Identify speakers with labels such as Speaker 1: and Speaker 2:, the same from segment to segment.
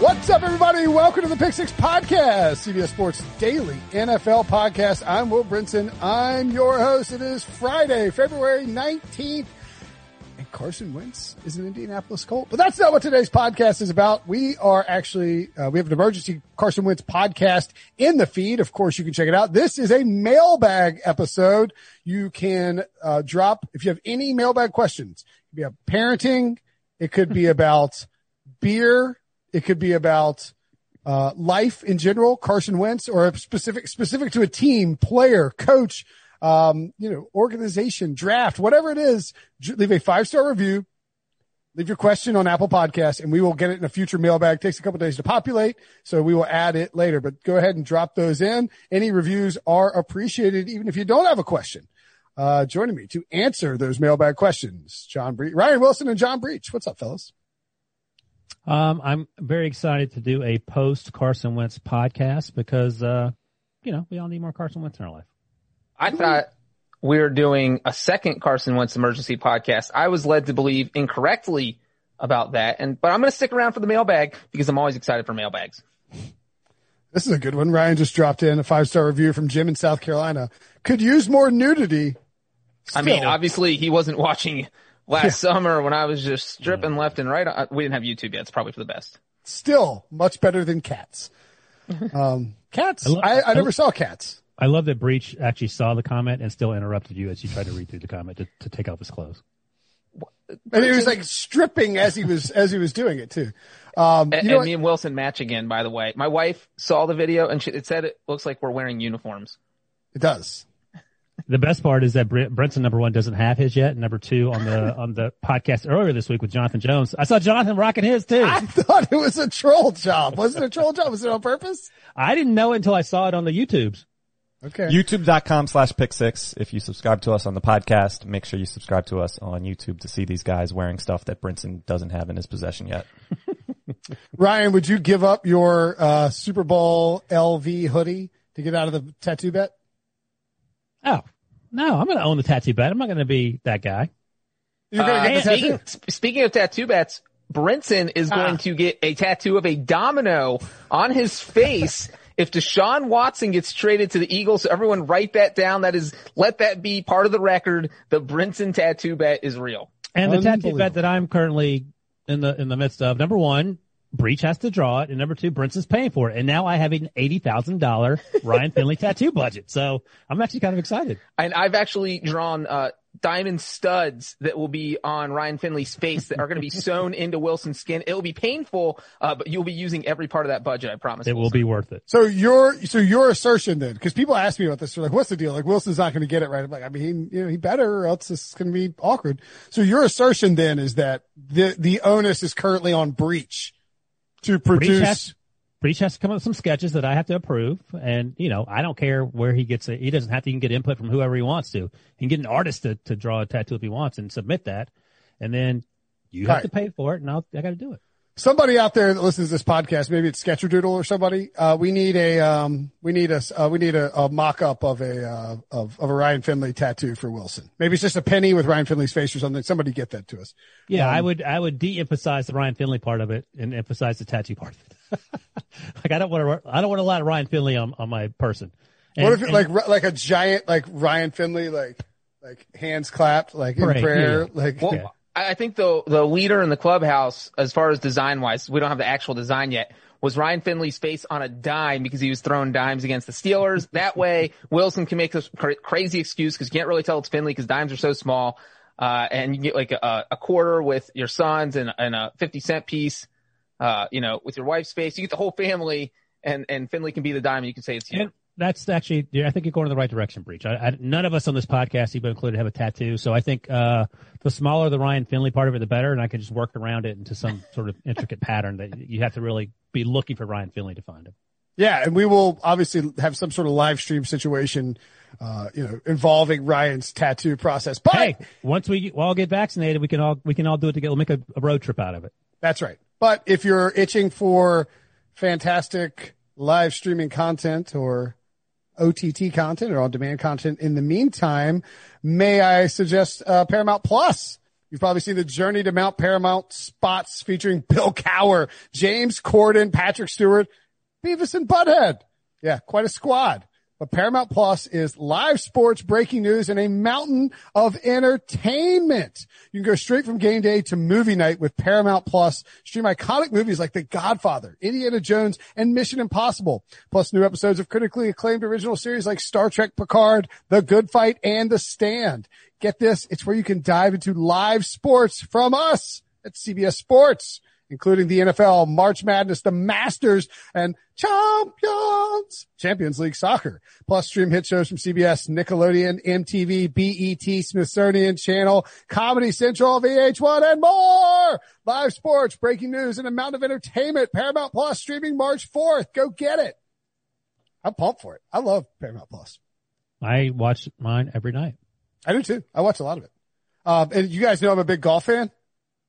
Speaker 1: What's up, everybody? Welcome to the Pick Six Podcast, CBS Sports Daily NFL Podcast. I'm Will Brinson. I'm your host. It is Friday, February 19th. And Carson Wentz is an Indianapolis Colt. But that's not what today's podcast is about. We are actually, uh, we have an emergency Carson Wentz podcast in the feed. Of course, you can check it out. This is a mailbag episode. You can uh, drop, if you have any mailbag questions, it could be about parenting, it could be about beer, it could be about uh, life in general, Carson Wentz, or a specific specific to a team, player, coach, um, you know, organization, draft, whatever it is. j- Leave a five star review. Leave your question on Apple Podcasts, and we will get it in a future mailbag. takes a couple days to populate, so we will add it later. But go ahead and drop those in. Any reviews are appreciated, even if you don't have a question. Uh, joining me to answer those mailbag questions, John Breach, Ryan Wilson, and John Breach. What's up, fellas?
Speaker 2: Um, I'm very excited to do a post Carson Wentz podcast because, uh, you know, we all need more Carson Wentz in our life.
Speaker 3: I thought we were doing a second Carson Wentz emergency podcast. I was led to believe incorrectly about that, and but I'm going to stick around for the mailbag because I'm always excited for mailbags.
Speaker 1: This is a good one. Ryan just dropped in a five star review from Jim in South Carolina. Could use more nudity.
Speaker 3: I mean,
Speaker 1: Still.
Speaker 3: obviously he wasn't watching last summer when I was just
Speaker 1: Mm.
Speaker 3: stripping left and right. Uh, We didn't have YouTube yet. It's probably for the best.
Speaker 1: Still much better than cats. Um, cats.
Speaker 2: I
Speaker 1: I,
Speaker 2: love-
Speaker 1: I,
Speaker 2: I
Speaker 1: never
Speaker 2: love-
Speaker 1: saw cats.
Speaker 2: I love that Breach actually saw the comment and still interrupted you as you tried to read through the comment to, to take off his clothes.
Speaker 1: And he was like stripping as he was, as he was doing it too. Um,
Speaker 3: And,
Speaker 1: you know
Speaker 3: and me
Speaker 1: what?
Speaker 3: and Wilson match again, by the way. My wife saw the video and she, it said it looks like we're wearing uniforms.
Speaker 1: it does.
Speaker 2: The best part is that Brent, Brentson number one doesn't have his yet. and Number two on the, on the podcast earlier this week with Jonathan Jones. I saw Jonathan rocking his too.
Speaker 1: I
Speaker 2: I,
Speaker 1: thought it was a troll job. Was it a troll job? Was it on purpose?
Speaker 2: didn't know it until I saw it on the YouTubes.
Speaker 1: Okay.
Speaker 4: YouTube.com slash pick six. If you subscribe to us on the podcast, make sure you subscribe to us on YouTube to see these guys wearing stuff that Brinson doesn't have in his possession yet.
Speaker 1: Ryan, would you give up your, uh, Super Bowl LV hoodie to get out of the tattoo bet?
Speaker 2: Oh, no, I'm going to own the tattoo bet. I'm not going to be that guy.
Speaker 1: You're going to
Speaker 3: Uh,
Speaker 1: get the tattoo.
Speaker 3: speaking, sp- speaking of tattoo bets, Brinson
Speaker 2: Ah.
Speaker 3: is going to get a tattoo of a domino on his face if Deshaun Watson gets traded to the Eagles. So everyone write that down. That is, let that be part of the record. The Brinson tattoo bet is real.
Speaker 2: And the tattoo
Speaker 1: Unbelievable.
Speaker 2: bet that I'm currently in the in the midst of, number one, Breach has to draw it, and number two, Brinson's paying for it. And now I have an eighty thousand dollar Ryan Finley tattoo budget. So I'm actually kind of excited.
Speaker 3: And I've actually drawn, uh, diamond studs that will be on Ryan Finley's face that are going to be sewn into Wilson's skin. It will be painful, uh, but you'll be using every part of that budget. I promise.
Speaker 2: It will
Speaker 3: Wilson.
Speaker 2: be worth it.
Speaker 1: So your so your assertion then, because people ask me about this, they're like, "What's the deal? Like Wilson's not going to get it right." I'm like, I mean, you know, he better, or else it's going to be awkward. So your assertion then is that the the onus is currently on Breach to produce.
Speaker 2: has- Breach has to come up with some sketches that I have to approve, and you know I don't care where he gets it. He doesn't have to even get input from whoever he wants to. He can get an artist to, to draw a tattoo if he wants and submit that, and then you have
Speaker 1: Right.
Speaker 2: to pay for it, and I'll, I got to do it.
Speaker 1: somebody out there that listens to this podcast, maybe it's Sketcherdoodle or somebody. Uh, we need a um, we need a s- uh, we need a, a mock up of a uh, of of a Ryan Finley tattoo for Wilson. Maybe it's just a penny with Ryan Finley's face or something. Somebody get that to us.
Speaker 2: Yeah,
Speaker 1: Um,
Speaker 2: I would I would de-emphasize the Ryan Finley part of it and emphasize the tattoo part of it. like I don't want to I don't want a lot of Ryan Finley on, on my person. And,
Speaker 1: what if it,
Speaker 2: and-
Speaker 1: like r- like a giant like Ryan Finley like like hands clapped like in
Speaker 2: Right,
Speaker 1: prayer
Speaker 2: yeah.
Speaker 1: like
Speaker 3: Well,
Speaker 2: Yeah.
Speaker 3: I I think the the leader in the clubhouse, as far as design wise, we don't have the actual design yet. Was Ryan Finley's face on a dime because he was throwing dimes against the Steelers? That way, Wilson can make this cra- crazy excuse because you can't really tell it's Finley because dimes are so small. Uh, and you get like a, a quarter with your sons and, and a 50 cent piece. uh, you know, with your wife's face. You get the whole family, and and Finley can be the diamond. You can say it's you.
Speaker 2: And that's actually, yeah, I think you're going in the right direction, Breach. I, I, none of us on this podcast, even included, have a tattoo. So I think, uh, the smaller the Ryan Finley part of it, the better. And I can just work around it into some sort of intricate pattern that you have to really be looking for Ryan Finley to find him.
Speaker 1: Yeah, and we will obviously have some sort of live stream situation, uh, you know, involving Ryan's tattoo process. But
Speaker 2: Hey, once we all get vaccinated, we can all, we can all do it together. We'll make a, a road trip out of it.
Speaker 1: that's right. But if you're itching for fantastic live streaming content or OTT content or on demand content in the meantime, may I suggest uh, Paramount Plus? You've probably seen the Journey to Mount Paramount spots featuring Bill Cower, James Corden, Patrick Stewart, Beavis and Butthead. Yeah, quite a squad. But Paramount Plus is live sports, breaking news, and a mountain of entertainment. You can go straight from game day to movie night with Paramount Plus. Stream iconic movies like The Godfather, Indiana Jones, and Mission Impossible. Plus new episodes of critically acclaimed original series like Star Trek Picard, The Good Fight, and The Stand. Get this. It's where you can dive into live sports from us at CBS Sports including the NFL, March Madness, the Masters, and Champions, Champions League soccer. Plus stream hit shows from CBS, Nickelodeon, MTV, BET, E Smithsonian Channel, Comedy Central, VH1, and more. Live sports, breaking news, and amount of entertainment. Paramount Plus streaming March 4th. Go get it. I'm pumped for it. I love Paramount Plus.
Speaker 2: I watch mine every night.
Speaker 1: I do too. I watch a lot of it. Um, and you guys know I'm a big golf fan.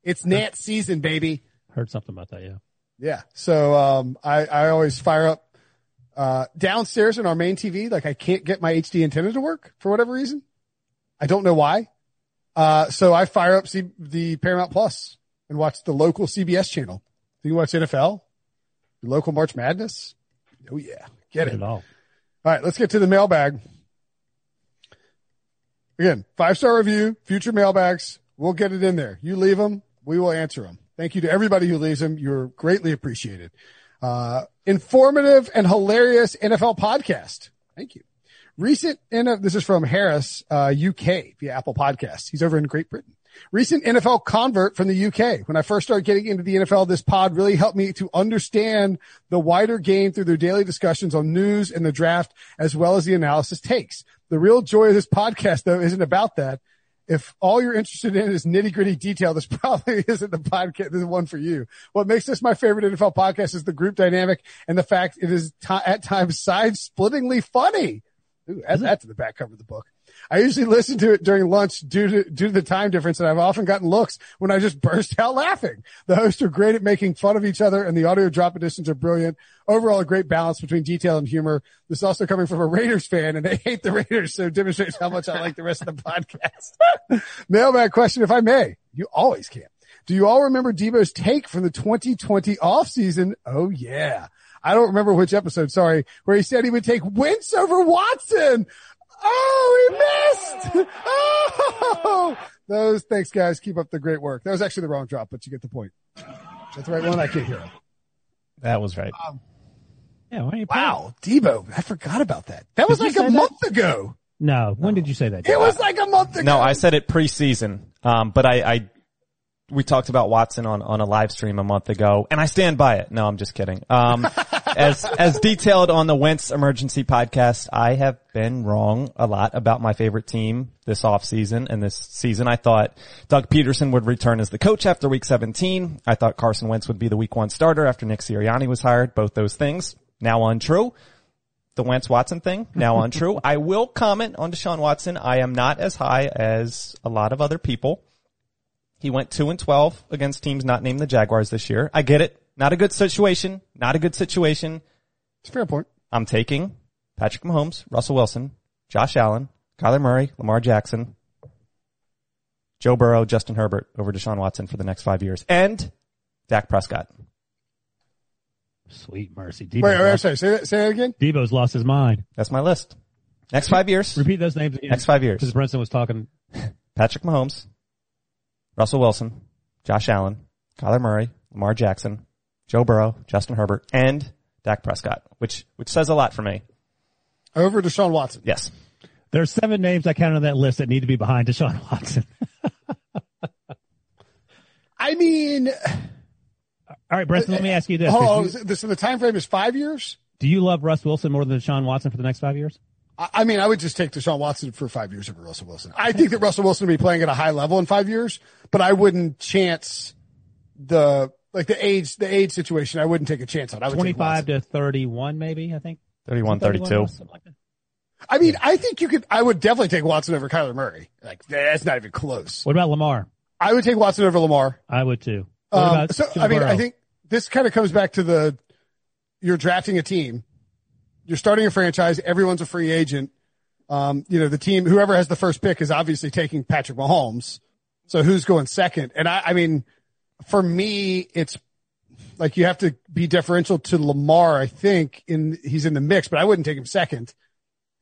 Speaker 1: It's Nant season, baby.
Speaker 2: Heard something about that. Yeah.
Speaker 1: Yeah. So um, I, I always fire up uh, downstairs in our main TV. Like I can't get my HD antenna to work for whatever reason. I don't know why. Uh, so I fire up C- the Paramount Plus and watch the local CBS channel. You can watch NFL, your local March Madness. Oh yeah, get it.
Speaker 2: Not at all.
Speaker 1: All right, let's get to the mailbag. Again, five star review, future mailbags. We'll get it in there. You leave them, we will answer them. Thank you to everybody who leaves them. You're greatly appreciated. Uh, informative and hilarious NFL podcast. Thank you. Recent, N- this is from Harris, uh, UK via Apple Podcasts. He's over in Great Britain. Recent NFL convert from the UK. When I first started getting into the NFL, this pod really helped me to understand the wider game through their daily discussions on news and the draft, as well as the analysis takes. The real joy of this podcast, though, isn't about that. If all you're interested in is nitty gritty detail, this probably isn't the podcast, the one for you. What makes this my favorite NFL podcast is the group dynamic and the fact it is ti at times side splittingly funny. Ooh, add that to the back cover of the book. I usually listen to it during lunch due to due to the time difference, and I've often gotten looks when I just burst out laughing. The hosts are great at making fun of each other, and the audio drop editions are brilliant. Overall, a great balance between detail and humor. This is also coming from a Raiders fan, and they hate the Raiders, so it demonstrates how much I like the rest of the podcast. Mailbag question, if I may. You always can. Do you all remember Debo's take from the 2020 offseason? Oh yeah. I don't remember which episode, sorry, where he said he would take Wentz over Watson. Oh, he missed. Oh, those. Thanks guys. Keep up the great work. That was actually the wrong drop, but you get the point. That's the right one. I can't hear him.
Speaker 4: That was right.
Speaker 2: Yeah. Why are you
Speaker 1: Wow. Debo. I forgot about that. That was
Speaker 2: Did you
Speaker 1: like a
Speaker 2: say that?
Speaker 1: month ago.
Speaker 2: No. When did you say that?
Speaker 1: It was like a month ago.
Speaker 4: No, I said it preseason. Um, but I, I, we talked about Watson on, on a live stream a month ago and I stand by it. No, I'm just kidding. Um, as, as detailed on the Wentz emergency podcast, I have been wrong a lot about my favorite team this offseason and this season. I thought Doug Peterson would return as the coach after week 17. I thought Carson Wentz would be the week one starter after Nick Sirianni was hired. Both those things now untrue the Wentz Watson thing now untrue. I will comment on Deshaun Watson. I am not as high as a lot of other people. He went two and twelve against teams not named the Jaguars this year. I get it. Not a good situation. Not a good situation.
Speaker 1: It's a fair point.
Speaker 4: I'm taking Patrick Mahomes, Russell Wilson, Josh Allen, Kyler Murray, Lamar Jackson, Joe Burrow, Justin Herbert over Deshaun Watson for the next five years, and Dak Prescott.
Speaker 2: Sweet mercy. Debo's,
Speaker 1: Wait, wait,
Speaker 2: lost,
Speaker 1: sorry. Say that, say that again.
Speaker 2: Debo's lost his mind.
Speaker 4: That's my list. Next five years.
Speaker 2: Repeat those names again.
Speaker 4: Next five years.
Speaker 2: Because Brinson was talking.
Speaker 4: Patrick Mahomes, Russell Wilson, Josh Allen, Kyler Murray, Lamar Jackson, Joe Burrow, Justin Herbert, and Dak Prescott, which which says a lot for me.
Speaker 1: Over to Sean Watson.
Speaker 4: Yes.
Speaker 2: There are seven names I counted on that list that need to be behind Deshaun Watson.
Speaker 1: I mean,
Speaker 2: All right, Breston, let me ask you this.
Speaker 1: Oh,
Speaker 2: Do you,
Speaker 1: is it- so the time frame is five years.
Speaker 2: do you love Russ Wilson more than Deshaun Watson for the next five years?
Speaker 1: I I mean, I would just take Deshaun Watson for five years over Russell Wilson. I think that Russell Wilson will be playing at a high level in five years, but I wouldn't chance the like the age the age situation. I wouldn't take a chance on. I would take
Speaker 2: 25
Speaker 1: Watson.
Speaker 2: to 31, maybe, I think.
Speaker 4: 31, 32.
Speaker 2: Russ, something like that.
Speaker 1: I mean, I think you could. I would definitely take Watson over Kyler Murray. Like that's not even close.
Speaker 2: What about Lamar?
Speaker 1: I would take Watson over Lamar.
Speaker 2: I would too. What
Speaker 1: Um,
Speaker 2: about
Speaker 1: so
Speaker 2: Joe
Speaker 1: I mean,
Speaker 2: Burrow?
Speaker 1: I think this kind of comes back to the you're drafting a team, you're starting a franchise, everyone's a free agent. Um, you know, the team, whoever has the first pick is obviously taking Patrick Mahomes. So who's going second? And I, I mean, for me, it's like you have to be deferential to Lamar. I think in he's in the mix, but I wouldn't take him second.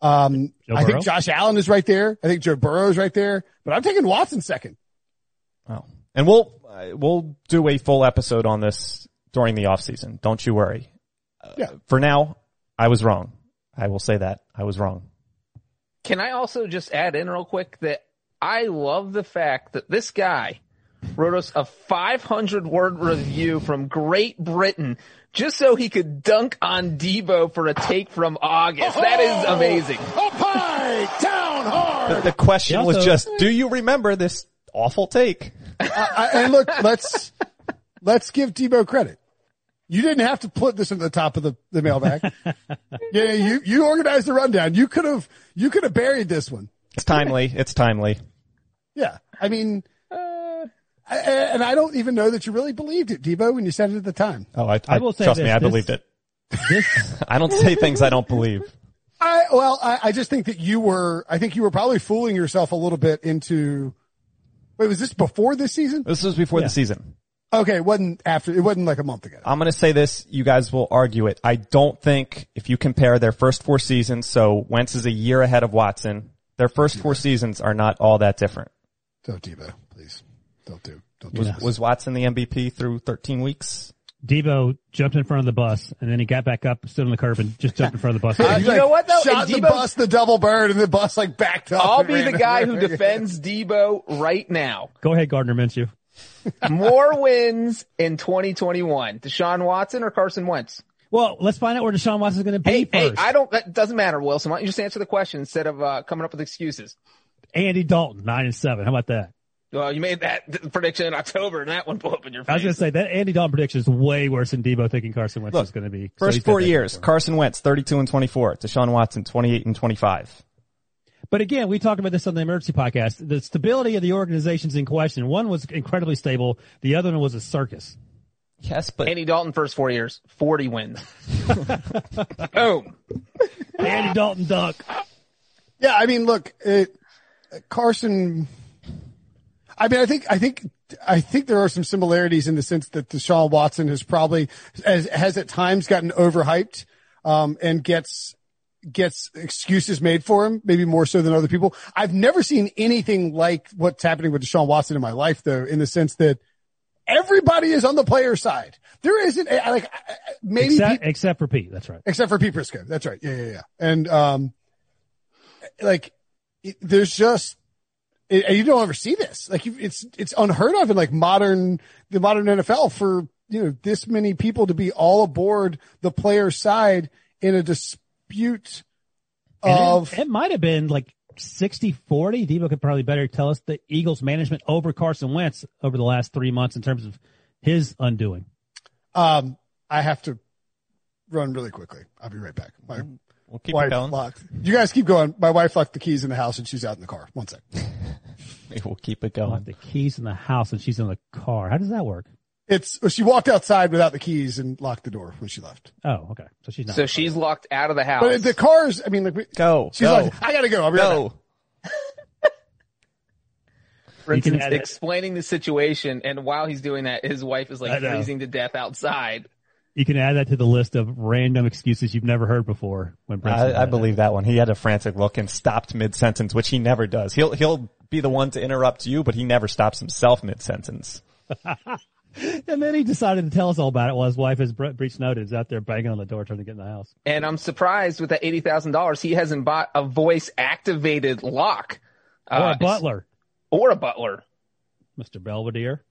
Speaker 1: Um,
Speaker 2: Joe
Speaker 1: I
Speaker 2: Burrow?
Speaker 1: think Josh Allen is right there. I think Joe Burrow is right there, but I'm taking Watson second.
Speaker 4: Oh. And we'll, uh, we'll do a full episode on this during the off season. Don't you worry. Uh,
Speaker 1: Yeah.
Speaker 4: For now, I was wrong. I will say that I was wrong.
Speaker 3: Can I also just add in real quick that I love the fact that this guy wrote us a 500 word review from Great Britain just so he could dunk on Debo for a take from August. That is
Speaker 2: Oh!
Speaker 3: amazing.
Speaker 1: Up high, down hard.
Speaker 4: The question
Speaker 2: He
Speaker 4: was
Speaker 2: also-
Speaker 4: just, do you remember this awful take?
Speaker 1: I, and look, let's let's give Debo credit. You didn't have to put this at the top of the, the mailbag. yeah, you you organized the rundown. You could have you could have buried this one.
Speaker 4: It's timely. It's timely.
Speaker 1: Yeah, I mean, I- and I don't even know that you really believed it, Debo, when you said it at the time.
Speaker 4: Oh, I, I,
Speaker 2: will say
Speaker 4: trust me.
Speaker 2: this,
Speaker 4: I
Speaker 2: this-
Speaker 4: believed it.
Speaker 2: This,
Speaker 4: I don't say things I don't believe.
Speaker 1: I well, I, I just think that you were. I think you were probably fooling yourself a little bit into. Wait, was this before this season?
Speaker 4: This was before the season.
Speaker 1: Okay, it wasn't after. It wasn't like a month ago.
Speaker 4: I'm going to say this. You guys will argue it. I don't think if you compare their first four seasons, so Wentz is a year ahead of Watson. Their first four seasons are not all that different.
Speaker 1: Don't Debo, please. Don't do. Don't do.
Speaker 4: Was,
Speaker 1: this.
Speaker 4: was Watson the MVP through 13 weeks?
Speaker 2: Debo jumped in front of the bus and then he got back up, stood on the curb and just jumped in front of the bus.
Speaker 1: Uh,
Speaker 3: You know what, though?
Speaker 1: Shot
Speaker 3: And
Speaker 1: the
Speaker 3: Debo-
Speaker 1: bus the double bird, and the bus like backed up.
Speaker 3: I'll
Speaker 1: and
Speaker 3: be
Speaker 1: ran
Speaker 3: the guy
Speaker 1: over.
Speaker 3: who defends Debo right now.
Speaker 2: Go ahead, Gardner Minshew.
Speaker 3: More wins in 2021. Deshaun Watson or Carson Wentz?
Speaker 2: Well, let's find out where Deshaun Watson's going to be
Speaker 3: Hey, hey,
Speaker 2: first.
Speaker 3: I don't, that doesn't matter, Wilson. Why don't you just answer the question instead of uh, coming up with excuses?
Speaker 2: Andy Dalton, nine and seven. How about that?
Speaker 3: Well, you made that th- prediction in October, and that one blew up in your face.
Speaker 2: I was going to say that Andy Dalton prediction is way worse than Debo thinking Carson Wentz
Speaker 4: Look,
Speaker 2: is going to be. So
Speaker 4: First
Speaker 2: he's got
Speaker 4: four
Speaker 2: that.
Speaker 4: years, Carson Wentz 32 and 24, Deshaun Watson 28 and 25.
Speaker 2: But again, we talked about this on the emergency podcast. The stability of the organizations in question. One was incredibly stable. The other one was a circus.
Speaker 4: Yes, but
Speaker 3: Andy Dalton first four years, 40 wins. Boom.
Speaker 2: Andy Dalton duck.
Speaker 1: Yeah, I mean, look, it, Carson. I mean, I think, I think, I think there are some similarities in the sense that Deshaun Watson has probably has, has at times gotten overhyped, um, and gets gets excuses made for him, maybe more so than other people. I've never seen anything like what's happening with Deshaun Watson in my life, though, in the sense that everybody is on the player side. There isn't a, like I- I- maybe people-
Speaker 2: Except, except for Pete. That's right.
Speaker 1: except for Pete Prisco. That's right. Yeah, yeah, yeah. And um, like it, there's just it, and you don't ever see this. Like you, it's it's unheard of in like modern the modern NFL for you know this many people to be all aboard the player side in a dispute
Speaker 2: And it-
Speaker 1: of
Speaker 2: it, might have been like 60 40. Debo could probably better tell us the Eagles management over Carson Wentz over the last three months in terms of his undoing.
Speaker 1: um. I have to run really quickly. I'll be right back. My
Speaker 4: we'll keep it
Speaker 1: wife
Speaker 4: going.
Speaker 1: locked. You guys keep going. My wife locked the keys in the house and she's out in the car. One sec.
Speaker 4: We'll keep it
Speaker 2: Lock
Speaker 4: going.
Speaker 2: the keys in the house and she's in the car. How does that work?
Speaker 1: It's she walked outside without the keys and locked the door when she left.
Speaker 2: Oh, okay. So she's not.
Speaker 3: So she's locked out of the house.
Speaker 1: But the cars, I mean, like, we-
Speaker 4: Go,
Speaker 1: she's
Speaker 4: go,
Speaker 1: like, I gotta go. I'll be right back.
Speaker 4: go.
Speaker 2: You
Speaker 3: Brinson's
Speaker 2: can add it.
Speaker 3: explaining the situation, and while he's doing that, his wife is
Speaker 2: I
Speaker 3: like
Speaker 2: know.
Speaker 3: freezing to death outside.
Speaker 2: you can add that to the list of random excuses you've never heard before when Brent's
Speaker 4: I, I believe that one. He had a frantic look and stopped mid sentence, which he never does. He'll he'll be the one to interrupt you, but he never stops himself mid sentence.
Speaker 2: And then he decided to tell us all about it while his wife, as Bre- Breach noted, is out there banging on the door trying to get in the house.
Speaker 3: And I'm surprised with that $80,000, he hasn't bought a voice activated lock.
Speaker 2: Or
Speaker 3: Uh,
Speaker 2: a butler,
Speaker 3: Or a butler.
Speaker 2: Mr. Belvedere.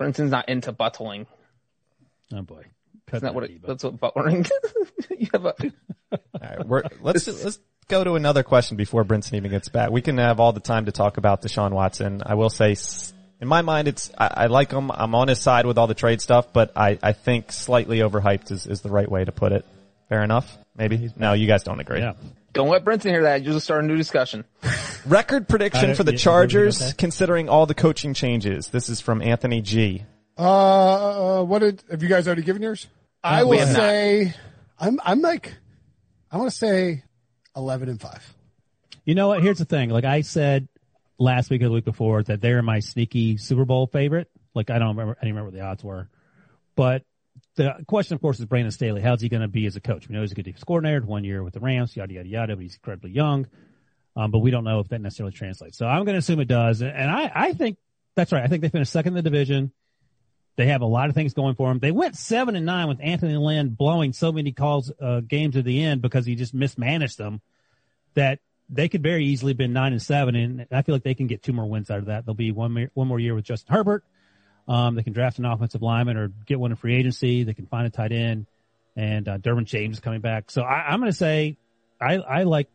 Speaker 3: Brinson's not into buttling.
Speaker 2: Oh boy. Cut
Speaker 3: Isn't that what
Speaker 2: Debo.
Speaker 3: it, that's what butlering? you have a,
Speaker 4: All right, we're, let's let's go to another question before Brinson even gets back. We can have all the time to talk about Deshaun Watson. I will say, s- in my mind, it's I, I like him. I'm on his side with all the trade stuff, but I, I think slightly overhyped is, is the right way to put it. Fair enough. Maybe no, you guys don't agree.
Speaker 2: Yeah.
Speaker 3: don't let Brinson hear that. You'll just start a new discussion.
Speaker 4: Record prediction
Speaker 2: Uh,
Speaker 4: for the
Speaker 2: yeah, we
Speaker 4: Chargers,
Speaker 2: got that.
Speaker 4: considering all the coaching changes. This is from Anthony G.
Speaker 1: Uh, uh, what did have you guys already given yours? I will
Speaker 3: have not.
Speaker 1: say, I'm I'm like, I want to say, eleven and five.
Speaker 2: You know what? Here's the thing. Like I said last week or the week before that they're my sneaky Super Bowl favorite. Like I don't remember, I don't remember what the odds were, but the question, of course, is Brandon Staley. How's he going to be as a coach? We know he's a good defense coordinator. One year with the Rams, yada yada yada. But he's incredibly young. Um, but we don't know if that necessarily translates. So I'm going to assume it does. And I, I think that's right. I think they finished second in the division. They have a lot of things going for them. They went seven and nine with Anthony Lynn blowing so many calls, uh, games at the end because he just mismanaged them that they could very easily have been nine and seven. And I feel like they can get two more wins out of that. They'll be one, more- one more year with Justin Herbert. Um, they can draft an offensive lineman or get one in free agency. They can find a tight end and, uh, Derwin James is coming back. So I, I'm going to say I, I like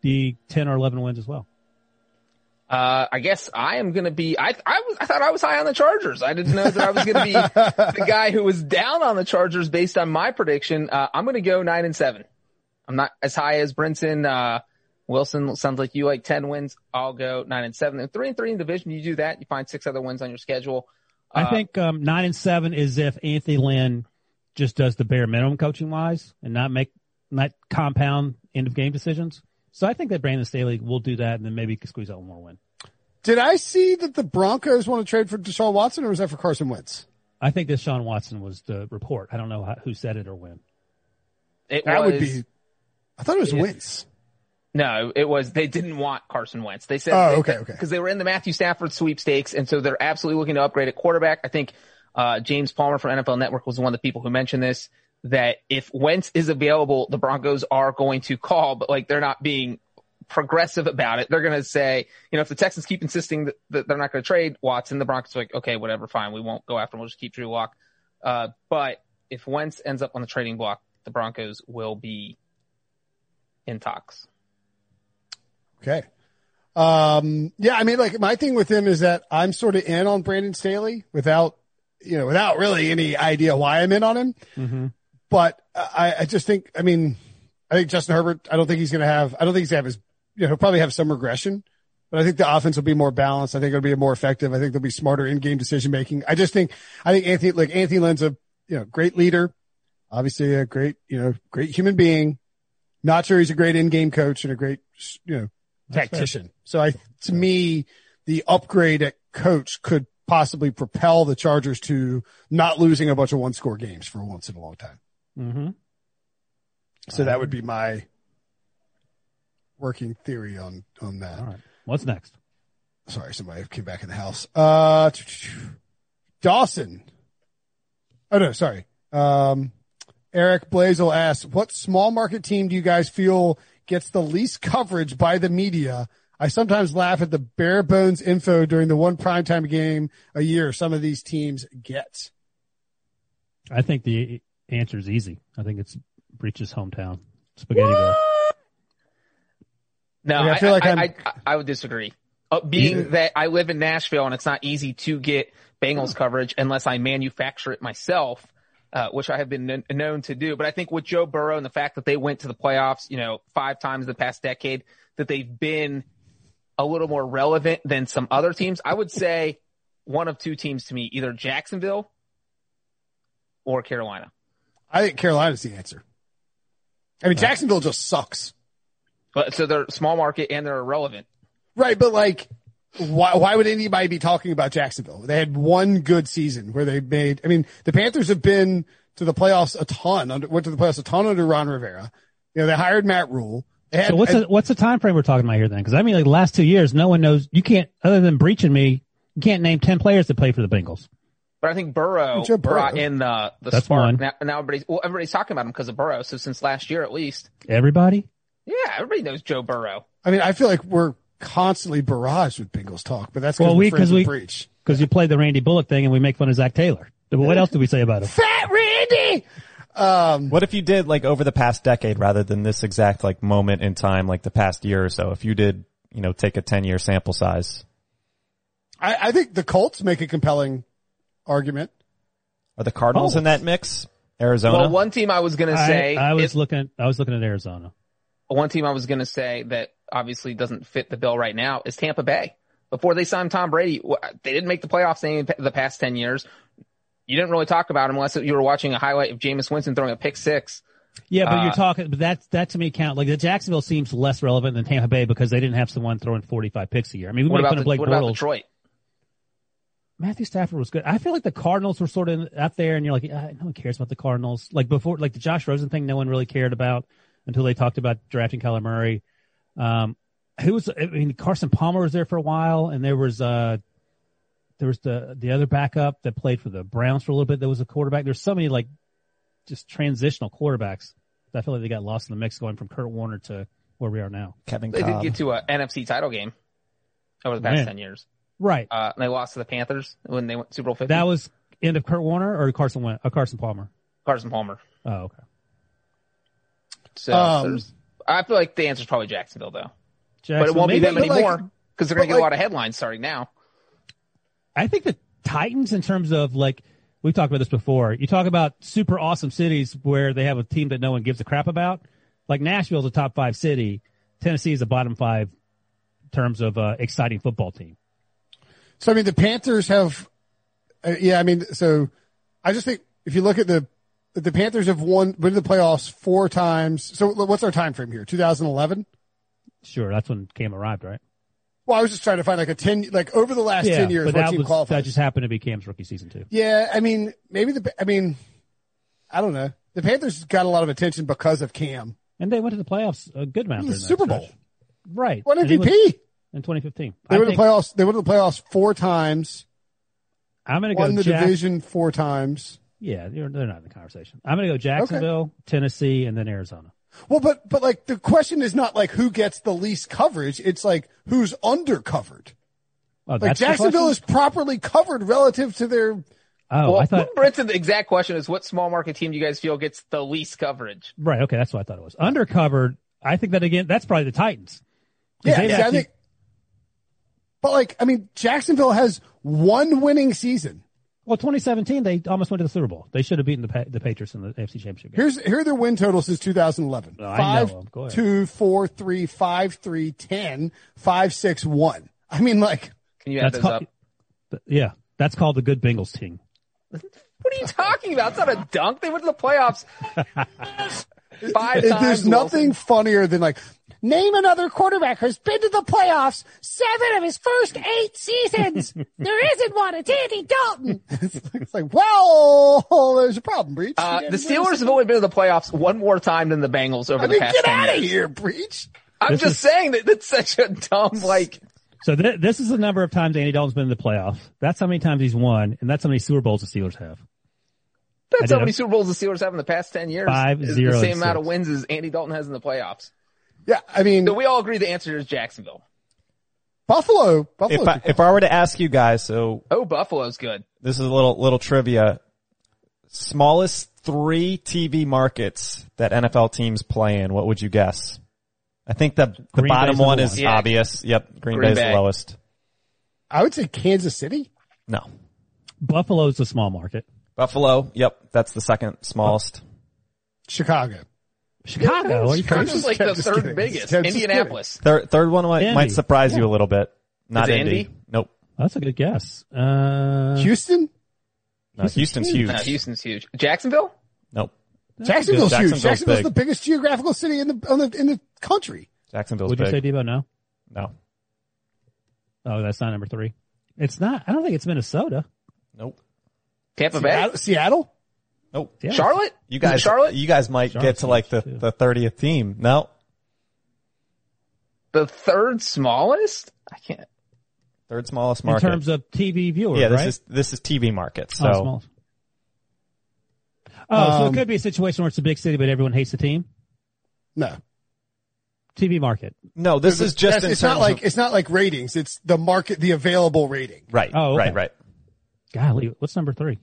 Speaker 2: the 10 or 11 wins as well.
Speaker 3: Uh, I guess I am gonna be. I I was. I thought I was high on the Chargers. I didn't know that I was gonna be the guy who was down on the Chargers based on my prediction. Uh, I'm gonna go nine and seven. I'm not as high as Brinson. Uh, Wilson sounds like you like ten wins. I'll go nine and seven. And three and three in division. You do that, you find six other wins on your schedule.
Speaker 2: I
Speaker 3: Uh,
Speaker 2: think, um, nine and seven is if Anthony Lynn just does the bare minimum coaching wise and not make, not compound end of game decisions. So I think that Brandon Staley will do that and then maybe squeeze out one more win.
Speaker 1: Did I see that the Broncos want to trade for Deshaun Watson, or was that for Carson Wentz?
Speaker 2: I think that Sean Watson was the report. I don't know how, who said it or when.
Speaker 3: It
Speaker 1: That would
Speaker 3: was-
Speaker 1: be. I thought it was Wentz.
Speaker 3: No, it was they didn't want Carson Wentz. They said
Speaker 1: Oh, okay, okay.
Speaker 3: because they were in the Matthew Stafford sweepstakes, and so they're absolutely looking to upgrade at quarterback. I think uh, James Palmer from NFL Network was one of the people who mentioned this that if Wentz is available, the Broncos are going to call, but like they're not being progressive about it. They're going to say, you know, if the Texans keep insisting that, that they're not going to trade Watson, the Broncos are like, okay, whatever, fine, we won't go after him. We'll just keep Drew Lock. Uh, but if Wentz ends up on the trading block, the Broncos will be in talks.
Speaker 1: Okay. Um, yeah, I mean, like my thing with him is that I'm sort of in on Brandon Staley without, you know, without really any idea why I'm in on him.
Speaker 2: Mm-hmm.
Speaker 1: But I, I just think, I mean, I think Justin Herbert, I don't think he's going to have, I don't think he's going to have his, you know, he'll probably have some regression, but I think the offense will be more balanced. I think it'll be more effective. I think there'll be smarter in game decision making. I just think, I think Anthony, like Anthony Lynn's a, you know, great leader, obviously a great, you know, great human being. Not sure he's a great in game coach and a great, you know, tactician. So I, to me, the upgrade at coach could possibly propel the Chargers to not losing a bunch of one score games for once in a long time.
Speaker 2: Mm-hmm.
Speaker 1: So that would be my working theory on on that.
Speaker 2: All right. What's next?
Speaker 1: Sorry, somebody came back in the house. Uh, Dawson. Oh no, sorry. Um, Eric Blazel asks, "What small market team do you guys feel gets the least coverage by the media?" I sometimes laugh at the bare bones info during the one primetime game a year some of these teams get.
Speaker 2: I think the answer is easy. I think it's Breach's hometown spaghetti. Girl.
Speaker 3: No,
Speaker 1: Like,
Speaker 3: I,
Speaker 1: I feel like
Speaker 3: I,
Speaker 1: I'm-
Speaker 3: I, I, I would disagree. Uh, being that I live in Nashville and it's not easy to get Bengals coverage unless I manufacture it myself, uh, which I have been kn- known to do. But I think with Joe Burrow and the fact that they went to the playoffs, you know, five times the past decade, that they've been a little more relevant than some other teams. I would say one of two teams to me, either Jacksonville or Carolina.
Speaker 1: I think Carolina's the answer. I mean, Jacksonville just sucks.
Speaker 3: But so they're small market and they're irrelevant.
Speaker 1: Right, but like, why, why would anybody be talking about Jacksonville? They had one good season where they made, I mean, the Panthers have been to the playoffs a ton, under, went to the playoffs a ton under Ron Rivera. You know, they hired Matt Rule. They had,
Speaker 2: So what's the, what's the time frame we're talking about here then? Because I mean, like the last two years, no one knows. You can't, other than Breach and me, you can't name ten players that play for the Bengals.
Speaker 3: But I think Burrow,
Speaker 1: Joe Burrow.
Speaker 3: brought in the the
Speaker 2: That's
Speaker 3: spark.
Speaker 2: one.
Speaker 3: Now, now everybody's well, everybody's talking about him because of Burrow. So since last year, at least,
Speaker 2: Everybody.
Speaker 3: yeah, everybody knows Joe Burrow.
Speaker 1: I mean, I feel like we're constantly barraged with Bengals talk, but that's because
Speaker 2: Well,
Speaker 1: we're
Speaker 2: we-
Speaker 1: friends
Speaker 2: 'cause
Speaker 1: with
Speaker 2: we-
Speaker 1: Breach.
Speaker 2: Because you played the Randy Bullock thing and we make fun of Zach Taylor. But What else did we say about him?
Speaker 1: Fat Randy! baby. Um,
Speaker 4: What if you did like over the past decade rather than this exact like moment in time, like the past year or so? If you did, you know, take a 10 year sample size,
Speaker 1: I, I think the Colts make a compelling argument.
Speaker 4: are the Cardinals in that mix? Arizona?
Speaker 3: Oh. Well, one team I was gonna say
Speaker 2: I, I was
Speaker 3: is-
Speaker 2: looking. I was looking at Arizona.
Speaker 3: one team I was going to say that obviously doesn't fit the bill right now is Tampa Bay. Before they signed Tom Brady, wh- they didn't make the playoffs any of the past 10 years. You didn't really talk about him unless you were watching a highlight of Jameis Winston throwing a pick six.
Speaker 2: Yeah, but you're
Speaker 3: Uh,
Speaker 2: talking, but that's, that to me count, like the Jacksonville seems less relevant than Tampa Bay because they didn't have someone throwing 45 picks a year. I mean, we
Speaker 3: What
Speaker 2: made
Speaker 3: about,
Speaker 2: fun
Speaker 3: the,
Speaker 2: of Blake
Speaker 3: what about
Speaker 2: Bortles.
Speaker 3: Detroit?
Speaker 2: Matthew Stafford was good. I feel like the Cardinals were sort of out there and you're like, ah, no one cares about the Cardinals. Like before, like the Josh Rosen thing, no one really cared about until they talked about drafting Kyler Murray. Um, who was, I mean, Carson Palmer was there for a while and there was, uh, there was the, the other backup that played for the Browns for a little bit that was a quarterback. There's so many like just transitional quarterbacks that I feel like they got lost in the mix going from Kurt Warner to where we are now.
Speaker 4: Kevin
Speaker 3: They did
Speaker 4: Cobb.
Speaker 3: get to a NFC title game over the past
Speaker 2: Man.
Speaker 3: 10 years.
Speaker 2: Right.
Speaker 3: Uh, and they lost to the Panthers when they went Super Bowl 50.
Speaker 2: That was end of Kurt Warner or Carson Wen- uh, Carson Palmer.
Speaker 3: Carson Palmer.
Speaker 2: Oh, okay.
Speaker 3: So
Speaker 1: Um,
Speaker 3: there's- I feel like the answer's probably Jacksonville though, but it
Speaker 2: Jackson,
Speaker 3: won't be
Speaker 2: maybe-
Speaker 3: them
Speaker 1: but like-
Speaker 3: anymore because they're going
Speaker 1: but
Speaker 3: to
Speaker 1: like-
Speaker 3: get a lot of headlines starting now.
Speaker 2: I think the Titans, in terms of like, we've talked about this before. You talk about super awesome cities where they have a team that no one gives a crap about. Like Nashville's a top five city. Tennessee is a bottom five in terms of uh, exciting football team.
Speaker 1: So I mean, the Panthers have, uh, yeah. I mean, so I just think if you look at the the Panthers have won been to the playoffs four times. So what's our time frame here? 2011.
Speaker 2: Sure, that's when Cam arrived, right?
Speaker 1: Well, I was just trying to find like a ten, like over the last ten years,
Speaker 2: but
Speaker 1: what
Speaker 2: that,
Speaker 1: team
Speaker 2: was-
Speaker 1: qualifies.
Speaker 2: that just happened to be Cam's rookie season too.
Speaker 1: Yeah, I mean, maybe the. I mean, I don't know. The Panthers got a lot of attention because of Cam,
Speaker 2: And they went to the playoffs a good amount.
Speaker 1: It was
Speaker 2: during that
Speaker 1: Super Bowl.
Speaker 2: stretch. Right.
Speaker 1: one
Speaker 2: And he
Speaker 1: MVP.
Speaker 2: was- in 2015.
Speaker 1: they
Speaker 2: I
Speaker 1: went to
Speaker 2: think
Speaker 1: the playoffs. They went to the playoffs four times.
Speaker 2: I'm going to
Speaker 1: Won
Speaker 2: go
Speaker 1: the
Speaker 2: Jack-
Speaker 1: division four times.
Speaker 2: Yeah, they're, they're not in the conversation. I'm going to go Jacksonville, Tennessee, and then Arizona.
Speaker 1: Well, but but like the question is not like who gets the least coverage. It's like who's undercovered.
Speaker 2: Oh,
Speaker 1: Like
Speaker 2: that's the
Speaker 1: Jacksonville
Speaker 2: question?
Speaker 1: is properly covered relative to their.
Speaker 2: Oh,
Speaker 3: well,
Speaker 2: I thought.
Speaker 3: Brinson, the exact question is what small market team do you guys feel gets the least coverage?
Speaker 2: Right. Okay. That's what I thought it was. Undercovered. I think that again, that's probably the Titans. 'Cause
Speaker 1: Yeah,
Speaker 2: they've
Speaker 1: see, I
Speaker 2: actually-
Speaker 1: think. But like, I mean, Jacksonville has one winning season.
Speaker 2: well, 2017, they almost went to the Super Bowl. They should have beaten the, pa- the Patriots in the AFC Championship game.
Speaker 1: Here's here are their win totals since 2011.
Speaker 2: Oh, I
Speaker 1: Five,
Speaker 2: know 'em. Go ahead.
Speaker 1: two, four, three, five, three, 10, five, six, one. I mean, like,
Speaker 3: Can you add
Speaker 2: That's
Speaker 3: those up?
Speaker 2: called, yeah, that's called the good Bengals team.
Speaker 3: What are you talking about? It's not a dunk. They went to the playoffs five
Speaker 1: it-
Speaker 3: times.
Speaker 1: there's nothing funnier than like, name another quarterback who's been to the playoffs seven of his first eight seasons. there isn't one. It's Andy Dalton. it's, like- it's like, well, there's a problem, Breach.
Speaker 3: Uh,
Speaker 1: You
Speaker 3: the
Speaker 1: didn't win a
Speaker 3: Steelers have only been to the playoffs one more time than the Bengals over
Speaker 1: I
Speaker 3: the
Speaker 1: mean,
Speaker 3: past
Speaker 1: get
Speaker 3: 10
Speaker 1: out of
Speaker 3: years.
Speaker 1: here, Breach.
Speaker 3: I'm
Speaker 2: This
Speaker 3: just
Speaker 2: is-
Speaker 3: saying that that's such a dumb, like,
Speaker 2: So th- this is the number of times Andy Dalton's been in the playoffs. That's how many times he's won, and that's how many Super Bowls the Steelers have.
Speaker 3: that's
Speaker 2: I
Speaker 3: how
Speaker 2: did.
Speaker 3: many Super Bowls the Steelers have in the past 10 years.
Speaker 2: Five,
Speaker 3: It's
Speaker 2: zero,
Speaker 3: The
Speaker 2: and
Speaker 3: same amount
Speaker 2: six.
Speaker 3: of wins as Andy Dalton has in the playoffs.
Speaker 1: Yeah, I mean,
Speaker 3: So we all agree the answer is Jacksonville.
Speaker 1: Buffalo, Buffalo.
Speaker 4: if I, if I were to ask you guys, so
Speaker 3: Oh, Buffalo's good.
Speaker 4: this is a little, little trivia. Smallest three TV markets that NFL teams play in. What would you guess? I think the, the
Speaker 2: Green
Speaker 4: bottom
Speaker 2: Bay's
Speaker 4: one
Speaker 2: number
Speaker 3: one.
Speaker 4: is
Speaker 3: Yeah.
Speaker 4: obvious. Yep. Green,
Speaker 3: Green
Speaker 4: Bay's
Speaker 3: Bay.
Speaker 4: the lowest.
Speaker 1: I would say Kansas City.
Speaker 4: No.
Speaker 2: Buffalo's a small market.
Speaker 4: Buffalo. Yep. That's the second smallest.
Speaker 1: Chicago.
Speaker 2: Chicago. Are you
Speaker 3: They're
Speaker 2: crazy?
Speaker 3: just like
Speaker 1: kidding,
Speaker 3: the
Speaker 1: just
Speaker 3: third
Speaker 1: kidding, just
Speaker 3: biggest.
Speaker 1: kidding.
Speaker 3: Indianapolis.
Speaker 4: Third, third one might,
Speaker 2: Indy.
Speaker 4: might surprise you a little bit. Not
Speaker 3: it
Speaker 4: Indy.
Speaker 3: Indy?
Speaker 4: Nope.
Speaker 2: That's a good guess.
Speaker 4: Mm.
Speaker 2: Uh,
Speaker 1: Houston?
Speaker 4: No, Houston's huge.
Speaker 3: No, Uh, Houston's huge. Jacksonville?
Speaker 4: Nope.
Speaker 1: Jacksonville's
Speaker 4: good.
Speaker 1: huge.
Speaker 4: Jacksonville's
Speaker 1: Jacksonville's
Speaker 4: big.
Speaker 1: the biggest geographical city in the, on the in the country.
Speaker 4: Jacksonville's
Speaker 2: would you
Speaker 4: big.
Speaker 2: say Debo? No.
Speaker 4: no.
Speaker 2: Oh, that's not number three. It's not. I don't think it's Minnesota.
Speaker 4: Nope.
Speaker 3: Tampa Bay?
Speaker 1: Seattle, Seattle?
Speaker 4: Nope.
Speaker 2: Yeah.
Speaker 3: Charlotte? Is
Speaker 4: You
Speaker 3: it
Speaker 4: guys,
Speaker 3: Charlotte?
Speaker 4: you guys might get
Speaker 2: Charlotte's
Speaker 4: to like the,
Speaker 2: huge, too.
Speaker 4: the 30th team. No.
Speaker 3: the third smallest? I can't.
Speaker 4: Third smallest
Speaker 2: in
Speaker 4: market.
Speaker 2: terms of TV viewers,
Speaker 4: yeah, this
Speaker 2: right?
Speaker 4: is, this is TV market. So.
Speaker 2: oh, small. Oh, so
Speaker 1: Um,
Speaker 2: it could be a situation where it's a big city, but everyone hates the team.
Speaker 1: No.
Speaker 2: TV market.
Speaker 4: No, this is just
Speaker 1: That's-
Speaker 4: in
Speaker 1: it's not
Speaker 4: terms
Speaker 1: like
Speaker 4: of,
Speaker 1: it's not like ratings. It's the market, the available rating.
Speaker 4: right,
Speaker 2: Oh, okay.
Speaker 4: right, right.
Speaker 2: Golly, what's number three?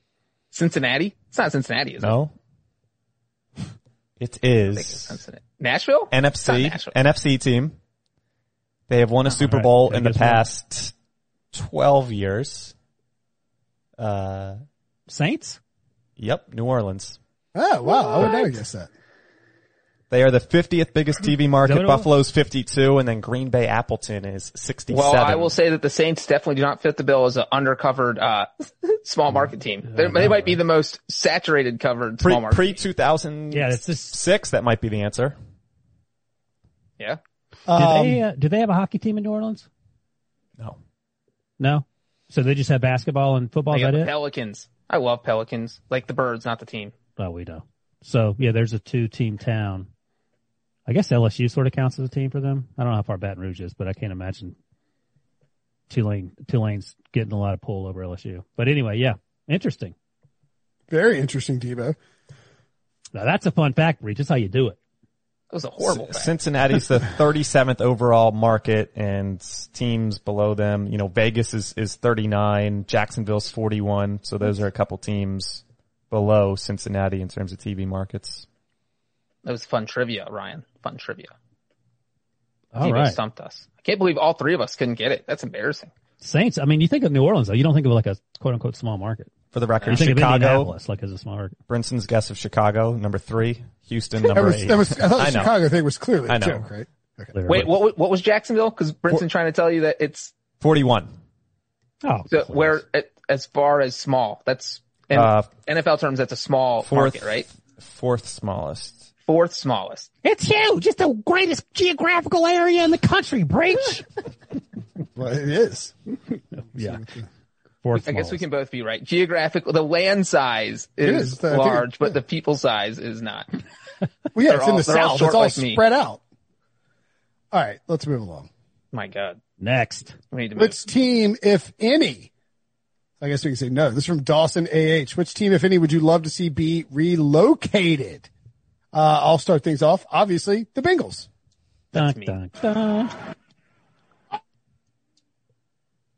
Speaker 3: Cincinnati? It's not Cincinnati, is it?
Speaker 4: No. It
Speaker 3: It's
Speaker 4: is
Speaker 3: Cincinnati. Nashville? It's not
Speaker 4: NFC
Speaker 3: Nashville.
Speaker 4: NFC team. They have won a Super
Speaker 2: right.
Speaker 4: Bowl
Speaker 2: I
Speaker 4: in the
Speaker 2: guess we're-
Speaker 4: past twelve years. Uh,
Speaker 2: Saints?
Speaker 4: yep, New Orleans.
Speaker 1: Oh, wow. I would never guess that.
Speaker 4: They are the 50th biggest TV market.
Speaker 2: what it was?
Speaker 4: Buffalo's 52, and then Green Bay Appleton is 67.
Speaker 3: Well, I will say that the Saints definitely do not fit the bill as an undercovered, uh, small market team. They're, they might be the most saturated covered small
Speaker 4: pre
Speaker 3: market.
Speaker 4: pre 2000
Speaker 2: Yeah, it's just-
Speaker 4: six. That might be the answer.
Speaker 3: yeah.
Speaker 2: Do
Speaker 1: Um,
Speaker 2: they, uh, do they have a hockey team in New Orleans?
Speaker 4: No,
Speaker 2: No. So they just have basketball and football.
Speaker 3: They
Speaker 2: Is
Speaker 3: got
Speaker 2: that
Speaker 3: the
Speaker 2: it?
Speaker 3: Pelicans. I love Pelicans. Like the birds, not the team.
Speaker 2: Oh, we know. So yeah, there's a two team town. I guess LSU sort of counts as a team for them. I don't know how far Baton Rouge is, but I can't imagine Tulane, Tulane's getting a lot of pull over LSU. But anyway, yeah, interesting.
Speaker 1: very interesting, Debo.
Speaker 2: Now that's a fun fact, Bree. Just how you do it.
Speaker 3: That was a horrible
Speaker 4: C-
Speaker 3: fact.
Speaker 4: Cincinnati's the 37th overall market, and teams below them. You know, Vegas is is 39, Jacksonville's 41. So those are a couple teams below Cincinnati in terms of TV markets.
Speaker 3: That was fun trivia, Ryan. Fun trivia.
Speaker 2: All
Speaker 3: Debo
Speaker 2: right,
Speaker 3: stumped us. I can't believe all three of us couldn't get it. That's embarrassing.
Speaker 2: Saints. I mean, you think of New Orleans though. You don't think of like a quote unquote small market.
Speaker 4: For the
Speaker 2: You
Speaker 4: record,
Speaker 2: think of
Speaker 4: Chicago.
Speaker 2: Indianapolis, like as a small market.
Speaker 4: Brinson's guess of Chicago, number three. Houston, number
Speaker 1: That was,
Speaker 4: eight.
Speaker 1: that was, I thought
Speaker 4: I
Speaker 1: the
Speaker 4: know.
Speaker 1: Chicago thing was clearly
Speaker 4: I
Speaker 1: a
Speaker 4: know.
Speaker 1: joke, right?
Speaker 2: Clearly.
Speaker 3: Wait, what, wa- what was Jacksonville? Cause Brinson trying to tell you that it's
Speaker 4: 41.
Speaker 2: Oh,
Speaker 3: the,
Speaker 2: please.
Speaker 3: where, it, as far as small, that's, in
Speaker 4: Uh,
Speaker 3: NFL terms, that's a small
Speaker 4: Fourth,
Speaker 3: market, right?
Speaker 4: Fourth smallest.
Speaker 3: Fourth smallest.
Speaker 2: It's huge. It's the greatest geographical area in the country, Breach.
Speaker 1: Well, it is.
Speaker 2: yeah. Fourth
Speaker 3: I guess we
Speaker 2: smallest.
Speaker 3: can both be right. Geographic, the land size is,
Speaker 1: is, uh, I think
Speaker 3: large,
Speaker 1: it-
Speaker 3: but the people size is not.
Speaker 1: Well, yeah,
Speaker 3: They're
Speaker 1: it's in
Speaker 3: all-
Speaker 1: the
Speaker 3: they're all
Speaker 1: South.
Speaker 3: short
Speaker 1: It's all
Speaker 3: like me.
Speaker 1: spread out. All right, let's move along.
Speaker 3: My God,
Speaker 2: Next.
Speaker 3: we need to move.
Speaker 1: Which team, if any, I guess we can say no. This is from Dawson AH. Which team, if any, would you love to see be relocated? Uh, I'll start things off. Obviously, the Bengals.
Speaker 2: Dun,
Speaker 3: me.
Speaker 2: dun, dun.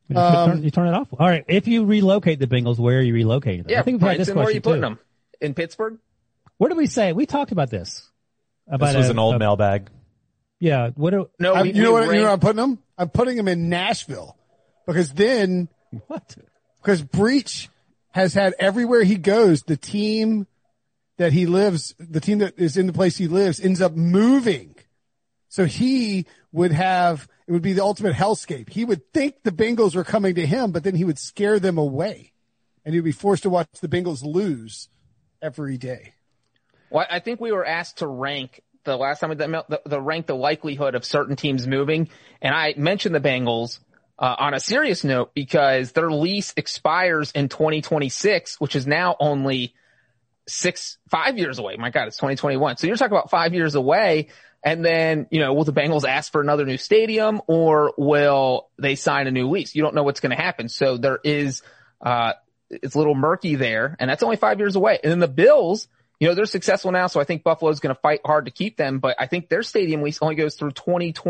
Speaker 2: You,
Speaker 3: Um,
Speaker 2: turn, you turn it off. All right. If you relocate the Bengals, where are you relocating them?
Speaker 3: Yeah,
Speaker 2: I think we've had this
Speaker 3: Brinson, where are you
Speaker 2: question
Speaker 3: putting
Speaker 2: too.
Speaker 3: them? In Pittsburgh?
Speaker 2: Where did we say? We talked about this. About
Speaker 4: This was
Speaker 2: a-
Speaker 4: an old
Speaker 2: a-
Speaker 4: mailbag.
Speaker 2: Yeah. What? do-
Speaker 3: No,
Speaker 1: I-
Speaker 3: we,
Speaker 1: you know what?
Speaker 3: we
Speaker 1: You know
Speaker 3: ranked-
Speaker 1: where I'm putting them. I'm putting them in Nashville because then
Speaker 2: what?
Speaker 1: because Breach has had everywhere he goes, the team that he lives, the team that is in the place he lives ends up moving. So he would have, it would be the ultimate hellscape. He would think the Bengals were coming to him, but then he would scare them away and he'd be forced to watch the Bengals lose every day.
Speaker 3: Well, I think we were asked to rank the last time we did the, the rank the likelihood of certain teams moving, and I mentioned the Bengals uh, on a serious note because their lease expires in 2026, which is now only six five years away. My God, it's 2021. So you're talking about five years away. And then, you know, will the Bengals ask for another new stadium or will they sign a new lease? You don't know what's going to happen. So there is, uh, it's a little murky there and that's only five years away. And then the Bills, you know, they're successful now. So I think Buffalo's going to fight hard to keep them, but I think their stadium lease only goes through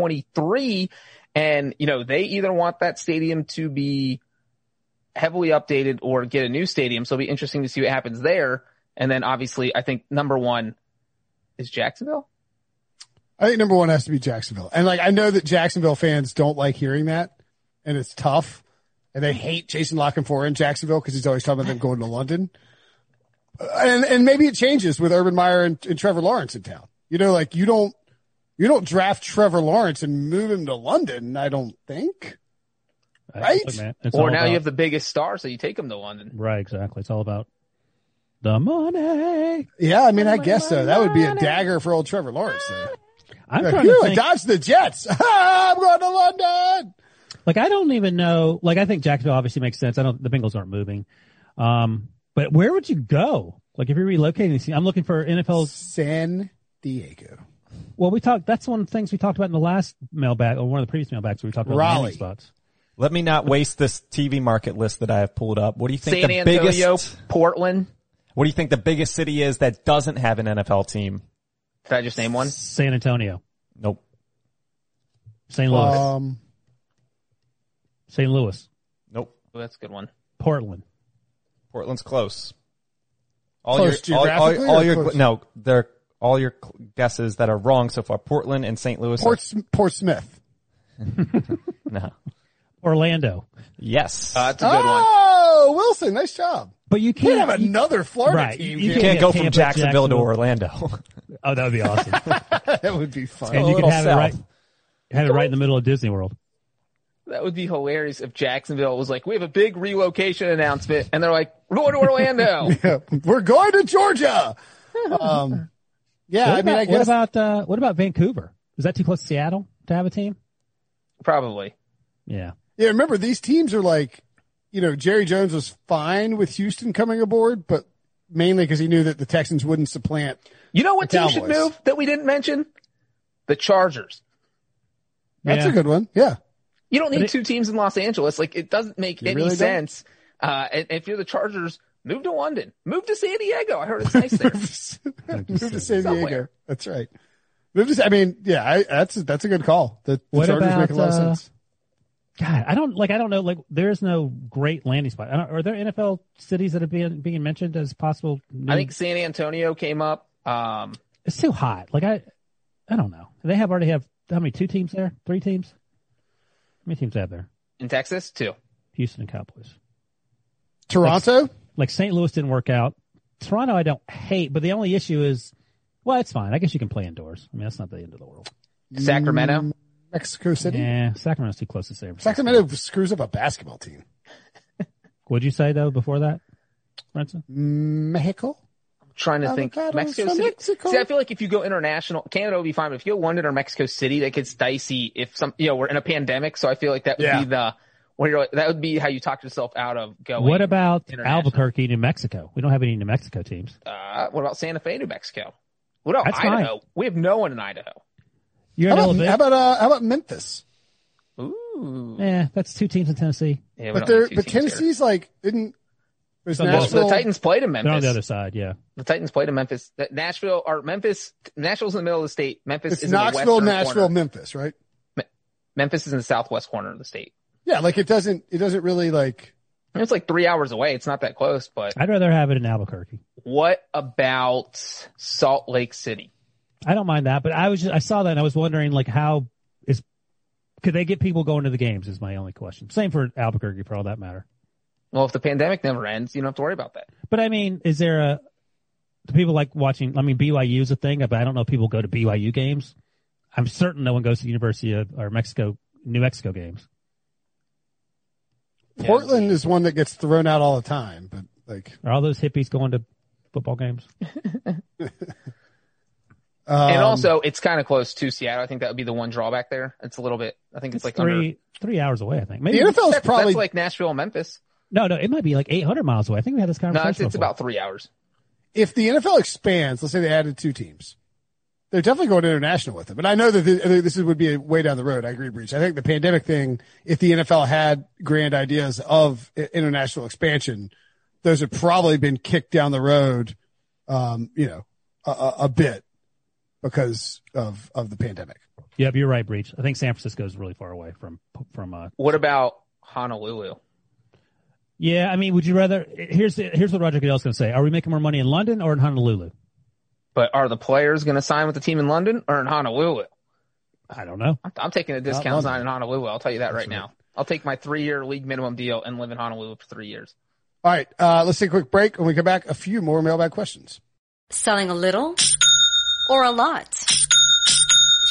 Speaker 3: 2023. And, you know, they either want that stadium to be heavily updated or get a new stadium. So it'll be interesting to see what happens there. And then obviously I think number one is Jacksonville.
Speaker 1: I think number one has to be Jacksonville. And like, I know that Jacksonville fans don't like hearing that and it's tough and they hate Jason Lockenfor in Jacksonville because he's always talking about them going to London. Uh, And, and maybe it changes with Urban Meyer and, and Trevor Lawrence in town. You know, like you don't, you don't draft Trevor Lawrence and move him to London. I don't think. Right?
Speaker 2: Look, man, it's
Speaker 3: or
Speaker 2: all
Speaker 3: now
Speaker 2: about-
Speaker 3: you have the biggest star. So you take them to London.
Speaker 2: right. Exactly. It's all about the money.
Speaker 1: Yeah. I mean, I guess so. That would be a dagger for old Trevor Lawrence. though.
Speaker 2: I'm
Speaker 1: Like,
Speaker 2: trying to
Speaker 1: you
Speaker 2: think.
Speaker 1: dodge the Jets. I'm going to London.
Speaker 2: Like I don't even know. Like I think Jacksonville obviously makes sense. I don't. The Bengals aren't moving. Um, but where would you go? Like if you're relocating, see, I'm looking for NFL's.
Speaker 1: San Diego.
Speaker 2: Well, we talked. That's one of the things we talked about in the last mailbag or one of the previous mailbags. Where we talked about
Speaker 1: Raleigh.
Speaker 2: landing spots.
Speaker 4: Let me not waste this TV market list that I have pulled up. What do you think
Speaker 3: San
Speaker 4: the
Speaker 3: Antonio,
Speaker 4: biggest?
Speaker 3: Portland.
Speaker 4: What do you think the biggest city is that doesn't have an NFL team?
Speaker 3: Did I just name one?
Speaker 2: San Antonio,
Speaker 4: Nope.
Speaker 2: St. Louis,
Speaker 1: Um,
Speaker 2: St. Louis,
Speaker 4: Nope.
Speaker 3: Oh, that's a good one.
Speaker 2: Portland,
Speaker 4: Portland's close. All
Speaker 1: Close
Speaker 4: your, all, all,
Speaker 1: geographically
Speaker 4: all
Speaker 1: or
Speaker 4: your,
Speaker 1: close-
Speaker 4: no, they're all your cl- guesses that are wrong so far. Portland and St. Louis. are-
Speaker 1: Port, Portsmouth.
Speaker 4: no.
Speaker 2: Orlando.
Speaker 4: Yes.
Speaker 3: Uh, that's a good one.
Speaker 1: Oh, Wilson, nice job.
Speaker 2: But you
Speaker 1: Can't
Speaker 2: can't.
Speaker 1: have
Speaker 2: you-
Speaker 1: another Florida
Speaker 2: right,
Speaker 1: team.
Speaker 2: you
Speaker 1: here.
Speaker 4: you
Speaker 2: can't
Speaker 4: can't
Speaker 2: get
Speaker 4: go from
Speaker 2: Tampa,
Speaker 4: Jacksonville, to
Speaker 2: Jacksonville.
Speaker 4: Orlando.
Speaker 2: oh, that would be awesome.
Speaker 1: that would be fun.
Speaker 2: and
Speaker 4: a
Speaker 2: you could
Speaker 4: little
Speaker 2: have
Speaker 4: south.
Speaker 2: it right. Have it right in the middle of Disney World.
Speaker 3: That would be hilarious if Jacksonville was like, we have a big relocation announcement. And they're like, we're going to Orlando.
Speaker 1: We're going to Georgia. Um, yeah,
Speaker 2: what
Speaker 1: I mean,
Speaker 2: about,
Speaker 1: I guess
Speaker 2: what about uh, what about Vancouver? Is that too close to Seattle to have a team?
Speaker 3: Probably.
Speaker 2: Yeah.
Speaker 1: Yeah, remember these teams are like, you know, Jerry Jones was fine with Houston coming aboard, but mainly because he knew that the Texans wouldn't supplant.
Speaker 3: You know what
Speaker 1: The
Speaker 3: team should
Speaker 1: Cowboys.
Speaker 3: move that we didn't mention? The Chargers.
Speaker 1: That's
Speaker 2: Yeah.
Speaker 1: a good one. Yeah.
Speaker 3: You don't need
Speaker 2: it-
Speaker 3: two teams in Los Angeles. Like it doesn't make
Speaker 1: You
Speaker 3: any
Speaker 1: really don't?
Speaker 3: sense. Uh, and and if you're the Chargers, move to London, move to San Diego. I heard it's nice there.
Speaker 1: Move to San Diego.
Speaker 3: Somewhere.
Speaker 1: That's right. Move to, I mean, yeah, I, that's, that's a good call. The, the
Speaker 2: What
Speaker 1: Chargers
Speaker 2: about,
Speaker 1: make a lot of
Speaker 2: uh,
Speaker 1: sense.
Speaker 2: God, I don't like. I don't know. Like, there is no great landing spot. I don't, are there NFL cities that are being being mentioned as possible? new-
Speaker 3: I think San Antonio came up. Um,
Speaker 2: it's too hot. Like I, I don't know. They have already have how many? Two teams there? Three teams? How many teams they have there?
Speaker 3: in Texas too.
Speaker 2: Houston and Cowboys.
Speaker 1: Toronto?
Speaker 2: Like St. Louis didn't work out. Toronto, I don't hate, but the only issue is, well, it's fine. I guess you can play indoors. I mean, that's not the end of the world.
Speaker 1: Mm.
Speaker 3: Sacramento.
Speaker 1: Mexico
Speaker 3: Mm-hmm.
Speaker 1: City?
Speaker 2: Yeah, Sacramento's too close to San Francisco.
Speaker 1: Sacramento screws up a basketball team.
Speaker 2: What'd you say though before that, Brinson?
Speaker 1: Mexico?
Speaker 3: trying to think
Speaker 1: Avocados
Speaker 3: Mexico
Speaker 1: from
Speaker 3: City.
Speaker 1: Mexico.
Speaker 3: See, I feel like if you go international, Canada would be fine. But if you go London or Mexico City, that gets dicey. If some, you know, we're in a pandemic, so I feel like that would
Speaker 1: Yeah.
Speaker 3: be the where you're. like- That would be how you talk yourself out of going.
Speaker 2: What about
Speaker 3: Oh, international.
Speaker 2: Albuquerque, New Mexico? We don't have any New Mexico teams.
Speaker 3: Uh, what about Santa Fe, New Mexico? What about
Speaker 2: That's
Speaker 3: Idaho? We have no one in Idaho.
Speaker 2: You're
Speaker 1: How about,
Speaker 2: in
Speaker 1: how
Speaker 2: Alabama.
Speaker 1: about, uh, how about Memphis?
Speaker 3: Ooh.
Speaker 2: Yeah, Eh, that's two teams in Tennessee.
Speaker 3: Yeah,
Speaker 1: But
Speaker 3: we don't have
Speaker 1: they're,
Speaker 3: two
Speaker 1: but
Speaker 3: teams here.
Speaker 1: Tennessee's like, didn't, there's
Speaker 2: Well,
Speaker 3: Well,
Speaker 1: Nashville.
Speaker 3: the Titans played in
Speaker 2: They're on
Speaker 3: Memphis.
Speaker 2: the
Speaker 3: The,
Speaker 2: other side. Yeah,
Speaker 3: Titans played in Memphis. That- Nashville or Memphis. Nashville's in the middle of the state. Memphis
Speaker 1: It's
Speaker 3: is
Speaker 1: Knoxville,
Speaker 3: in the western
Speaker 1: Nashville,
Speaker 3: Corner.
Speaker 1: Memphis, right?
Speaker 3: Memphis is in the southwest corner of the state.
Speaker 1: Yeah, like it doesn't it doesn't really like
Speaker 3: And It's like three hours away. It's not that close, but
Speaker 2: I'd rather have it in Albuquerque.
Speaker 3: what about Salt Lake City?
Speaker 2: I don't mind that, but I was just, I saw that and I was wondering like how is could they get people going to the games is my only question. Same for Albuquerque for all that matter.
Speaker 3: Well, if the pandemic never ends, you don't have to worry about that.
Speaker 2: But I mean, is there a do people like watching? I mean, BYU is a thing, but I don't know if people go to BYU games. I'm certain no one goes to University of or Mexico, New Mexico games.
Speaker 3: Yeah.
Speaker 1: Portland is one that gets thrown out all the time, but like
Speaker 2: Are all those hippies going to football games?
Speaker 1: um,
Speaker 3: and also, it's kind of close to Seattle. I think that would be the one drawback there. It's a little bit. I think it's, like
Speaker 2: three
Speaker 3: under.
Speaker 2: three hours away. I think
Speaker 1: the
Speaker 2: maybe
Speaker 1: NFL is
Speaker 3: That's,
Speaker 1: probably
Speaker 3: that's like Nashville, and Memphis.
Speaker 2: no, no, it might be like 800 miles away. I think we had this
Speaker 3: No,
Speaker 2: conversation.
Speaker 3: it's, it's
Speaker 2: before.
Speaker 3: about three hours.
Speaker 1: if the NFL expands, let's say they added two teams. They're definitely going international with it, but I know that the, this would be a way down the road. I agree, Breach. I think the pandemic thing, if the NFL had grand ideas of i- international expansion, those have probably been kicked down the road, um, you know, a, a, a bit because of of the pandemic.
Speaker 2: Yep, you're right, Breach. I think San Francisco is really far away from from. Uh,
Speaker 3: What about Honolulu?
Speaker 2: yeah, I mean, would you rather? Here's the, here's what Roger Goodell's going to say: Are we making more money in London or in Honolulu?
Speaker 3: But are the players going to sign with the team in London or in Honolulu?
Speaker 2: I don't know.
Speaker 3: I'm, I'm taking a discount
Speaker 1: London.
Speaker 3: sign in Honolulu. I'll tell you that right,
Speaker 1: That's right.
Speaker 3: now. I'll take my three-year league minimum deal and live in Honolulu for three years.
Speaker 1: All right, uh, let's take a quick break. When we come back, a few more mailbag questions.
Speaker 5: Selling a little or a lot?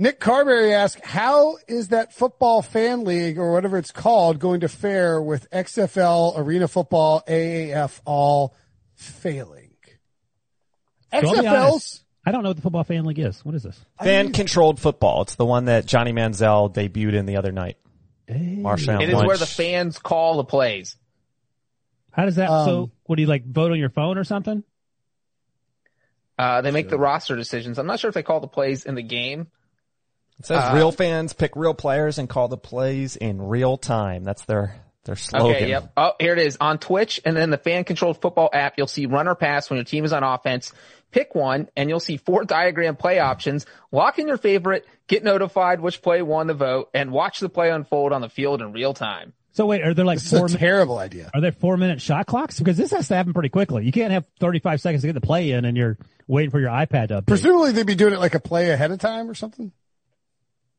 Speaker 1: Nick Carberry asks, how is that football fan league or whatever it's called going to fare with XFL, arena football, AAF all failing?
Speaker 2: So I'll be
Speaker 1: XFL's
Speaker 2: honest, I don't know what the football fan league is. What is this?
Speaker 4: Fan controlled football. It's the one that Johnny Manziel debuted in the other night. Marshawn
Speaker 3: It is where
Speaker 4: Lynch.
Speaker 3: the fans call the plays.
Speaker 2: How does that?
Speaker 1: Um,
Speaker 2: so, what do you like vote on your phone or something?
Speaker 3: Uh, they make the roster decisions. I'm not sure if they call the plays in the game.
Speaker 4: It says
Speaker 3: Uh,
Speaker 4: real fans pick real players and call the plays in real time. That's their their slogan.
Speaker 3: Okay, yep. Oh, here it is on Twitch and then the fan controlled football app. You'll see run or pass when your team is on offense. Pick one and you'll see four diagram play options. Lock in your favorite, get notified which play won the vote and watch the play unfold on the field in real time.
Speaker 2: So wait, are there like
Speaker 1: it's a
Speaker 2: four? minute
Speaker 1: terrible idea.
Speaker 2: are there four minute shot clocks? Because this has to happen pretty quickly. You can't have 35 seconds to get the play in, and you're waiting for your iPad to update.
Speaker 1: Presumably they'd be doing it like a play ahead of time or something.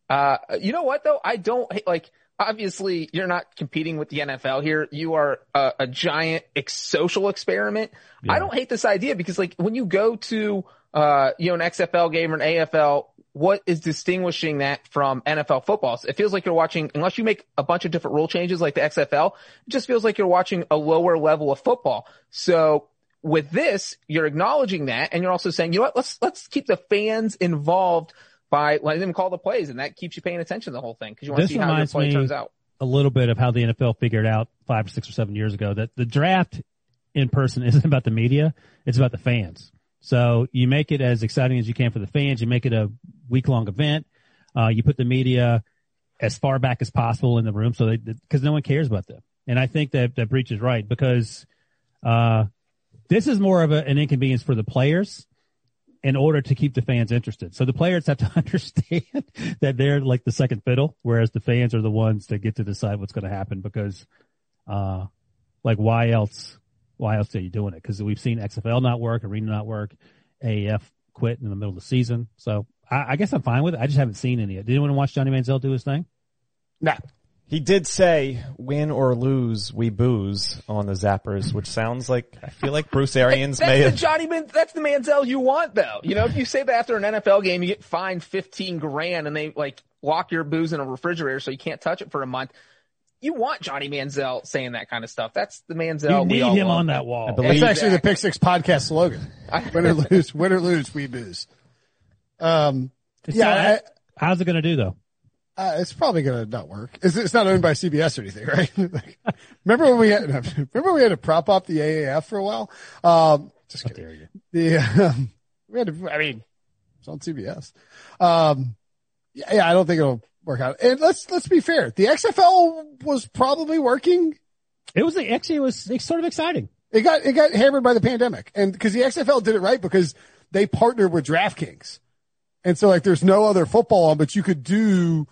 Speaker 3: Uh, you know what though? I don't like, obviously you're not competing with the NFL here. You are a, a giant ex- social experiment. I don't hate this idea because like when you go to, uh, you know, an XFL game or an AFL, what is distinguishing that from NFL football? So it feels like you're watching, unless you make a bunch of different rule changes like the XFL, it just feels like you're watching a lower level of football. So with this, you're acknowledging that and you're also saying, you know what, let's, let's keep the fans involved by letting them call the plays and that keeps you paying attention to the whole thing because you want to
Speaker 2: This
Speaker 3: see how your
Speaker 2: reminds
Speaker 3: play
Speaker 2: me-
Speaker 3: turns out.
Speaker 2: a little bit of how the NFL figured out five or six or seven years ago that the draft in person isn't about the media, it's about the fans. So you make it as exciting as you can for the fans. You make it a week long event. Uh, you put the media as far back as possible in the room so they, because no one cares about them. And I think that, that Breach is right because, uh, this is more of a, an inconvenience for the players in order to keep the fans interested. So the players have to understand that they're like the second fiddle, whereas the fans are the ones that get to decide what's going to happen because, uh, like why else, why else are you doing it? Cause we've seen XFL not work, arena not work, AAF quit in the middle of the season. So I, I guess I'm fine with it. I just haven't seen any. Did anyone watch Johnny Manziel do his thing?
Speaker 1: Nah.
Speaker 4: He did say, "Win or lose, we booze" on the Zappers, which sounds like I feel like Bruce Arians
Speaker 3: That's
Speaker 4: may
Speaker 3: the
Speaker 4: have.
Speaker 3: Johnny Man. That's the Manziel you want, though. You know, if you say that after an NFL game, you get fined fifteen grand, and they like lock your booze in a refrigerator so you can't touch it for a month. You want Johnny Manziel saying that kind of stuff. That's the Manziel.
Speaker 2: you
Speaker 3: we
Speaker 2: need
Speaker 3: all
Speaker 2: him
Speaker 3: want.
Speaker 2: on that wall.
Speaker 4: believe-
Speaker 1: That's actually the Pick Six podcast slogan. Win or lose, win or lose, we booze. Um, yeah, I-
Speaker 2: How's it going to do though?
Speaker 1: Uh, it's probably gonna not work. It's, it's not owned by CBS or anything, right? Like, remember when we had remember when we had to prop up the AAF for a while? Um, just
Speaker 2: How
Speaker 1: kidding.
Speaker 2: dare you?
Speaker 1: The um, we had to, I mean, it's on CBS. Um, yeah, yeah, I don't think it'll work out. And let's let's be fair. The XFL was probably working.
Speaker 2: It was actually, it was it's sort of exciting.
Speaker 1: It got it got hammered by the pandemic, and because the XFL did it right because they partnered with DraftKings, and so like there's no other football on, but you could do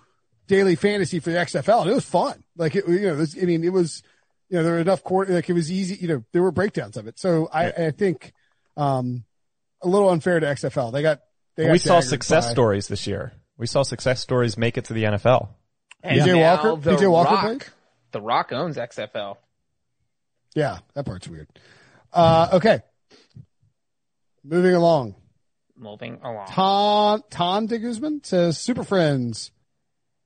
Speaker 1: daily fantasy for the XFL, and it was fun. Like it, you know, this, I mean, it was you know there were enough court like it was easy. You know, there were breakdowns of it, so I, I think um a little unfair to XFL. They got they got
Speaker 4: We saw
Speaker 1: daggered
Speaker 4: success
Speaker 1: by-
Speaker 4: stories this year. We saw success stories make it to the NFL.
Speaker 3: And
Speaker 1: PJ
Speaker 3: now
Speaker 1: Walker-
Speaker 3: the
Speaker 1: PJ Walker
Speaker 3: Rock,
Speaker 1: played?
Speaker 3: the Rock owns XFL.
Speaker 1: Yeah, that part's weird. Uh, okay. Moving along.
Speaker 3: Moving along.
Speaker 1: Tom, Tom de Guzman says, Super Friends,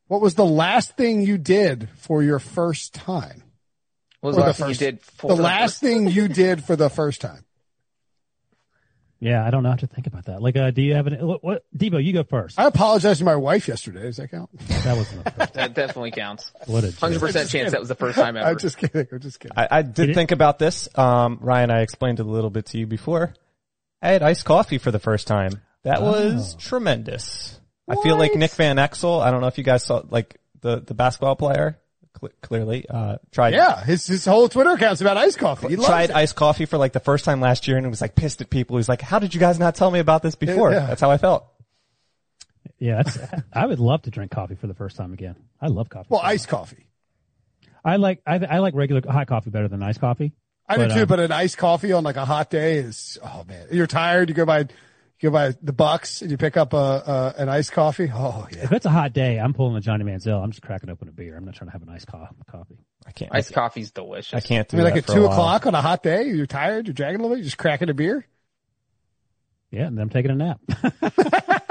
Speaker 1: what was the last thing you did for your first time?
Speaker 3: What was
Speaker 1: Or the
Speaker 3: the last thing you
Speaker 1: first-
Speaker 3: did for
Speaker 1: the last thing you did for the first time.
Speaker 2: Yeah, I don't know how to think about that. Like, uh, do you have an what, what? Debo, you go first.
Speaker 1: I apologized to my wife yesterday. Does that count?
Speaker 2: That wasn't the first.
Speaker 3: That definitely counts.
Speaker 2: What a jerk.
Speaker 3: Hundred percent chance that was the first time ever.
Speaker 1: I'm just kidding. I'm just kidding.
Speaker 4: I, I did
Speaker 2: it-
Speaker 4: think about this. Um, Ryan, I explained it a little bit to you before. I had iced coffee for the first time. That
Speaker 1: Oh.
Speaker 4: was tremendous. I feel like Nick Van Exel. I don't know if you guys saw, like, the, the basketball player, cl- clearly, uh, tried,
Speaker 1: Yeah, his his whole Twitter account's about iced coffee. He loves
Speaker 4: tried
Speaker 1: it.
Speaker 4: iced coffee for like the first time last year and was like pissed at people. He was like, how did you guys not tell me about this before?
Speaker 1: Yeah.
Speaker 4: That's how I felt.
Speaker 2: Yeah, that's, I would love to drink coffee for the first time again. I love coffee.
Speaker 1: well,
Speaker 2: so much.
Speaker 1: iced coffee.
Speaker 2: I like I, I like regular hot coffee better than iced coffee.
Speaker 1: I do
Speaker 2: But,
Speaker 1: too,
Speaker 2: um,
Speaker 1: but an iced coffee on like a hot day is oh man. You're tired, you go by you go by the bucks and you pick up a, a an iced coffee. Oh yeah.
Speaker 2: If it's a hot day, I'm pulling a Johnny Manziel. I'm just cracking open a beer. I'm not trying to have an iced co- coffee.
Speaker 4: I can't, I,
Speaker 3: Iced coffee's delicious.
Speaker 4: I can't
Speaker 1: I
Speaker 4: do
Speaker 1: mean, like
Speaker 4: that
Speaker 1: at
Speaker 4: for a
Speaker 1: two
Speaker 4: while.
Speaker 1: o'clock on a hot day, you're tired, you're dragging a little bit, you're just cracking a beer.
Speaker 2: Yeah, and then I'm taking a nap.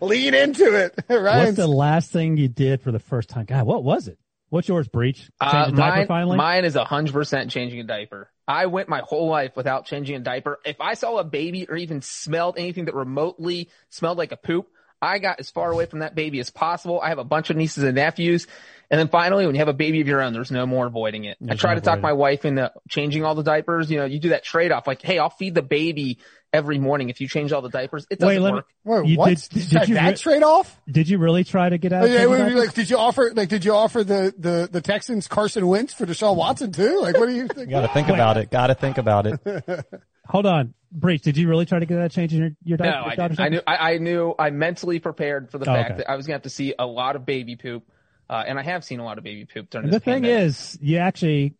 Speaker 1: Lean into it, right?
Speaker 2: What's the last thing you did for the first time? God, what was it? What's yours, Breach? Change
Speaker 3: Uh,
Speaker 2: a diaper
Speaker 3: mine,
Speaker 2: finally?
Speaker 3: mine is hundred percent changing a diaper. I went my whole life without changing a diaper. If I saw a baby or even smelled anything that remotely smelled like a poop, I got as far away from that baby as possible. I have a bunch of nieces and nephews. And then finally, when you have a baby of your own, there's no more avoiding it. I
Speaker 2: There's
Speaker 3: try
Speaker 2: no
Speaker 3: to talk
Speaker 2: avoiding
Speaker 3: my wife into changing all the diapers. You know, you do that trade off like, Hey, I'll feed the baby every morning if you change all the diapers. It doesn't
Speaker 2: Wait, let me-
Speaker 3: work.
Speaker 1: Wait,
Speaker 2: You
Speaker 1: what?
Speaker 2: did-
Speaker 1: Did, you
Speaker 2: did
Speaker 1: have
Speaker 2: you
Speaker 1: that
Speaker 2: re-
Speaker 1: trade off?
Speaker 2: Did you really try to get out?
Speaker 1: Oh,
Speaker 2: of
Speaker 1: yeah,
Speaker 2: changing
Speaker 1: wait,
Speaker 2: diapers?
Speaker 1: like, did you offer like did you offer the the the Texans Carson Wentz for Deshaun Watson too? Like, what do you think?
Speaker 4: You gotta think about it. Gotta think about it.
Speaker 2: Hold on, Breach. Did you really try to get out of changing your your diaper?
Speaker 3: No, I,
Speaker 2: diaper
Speaker 3: didn't. I
Speaker 2: diaper?
Speaker 3: knew. I, I knew. I mentally prepared for the
Speaker 2: Oh,
Speaker 3: fact
Speaker 2: okay.
Speaker 3: that I was gonna have to see a lot of baby poop, uh, and I have seen a lot of baby poop during
Speaker 2: The
Speaker 3: this.
Speaker 2: thing
Speaker 3: pandemic.
Speaker 2: is, you actually,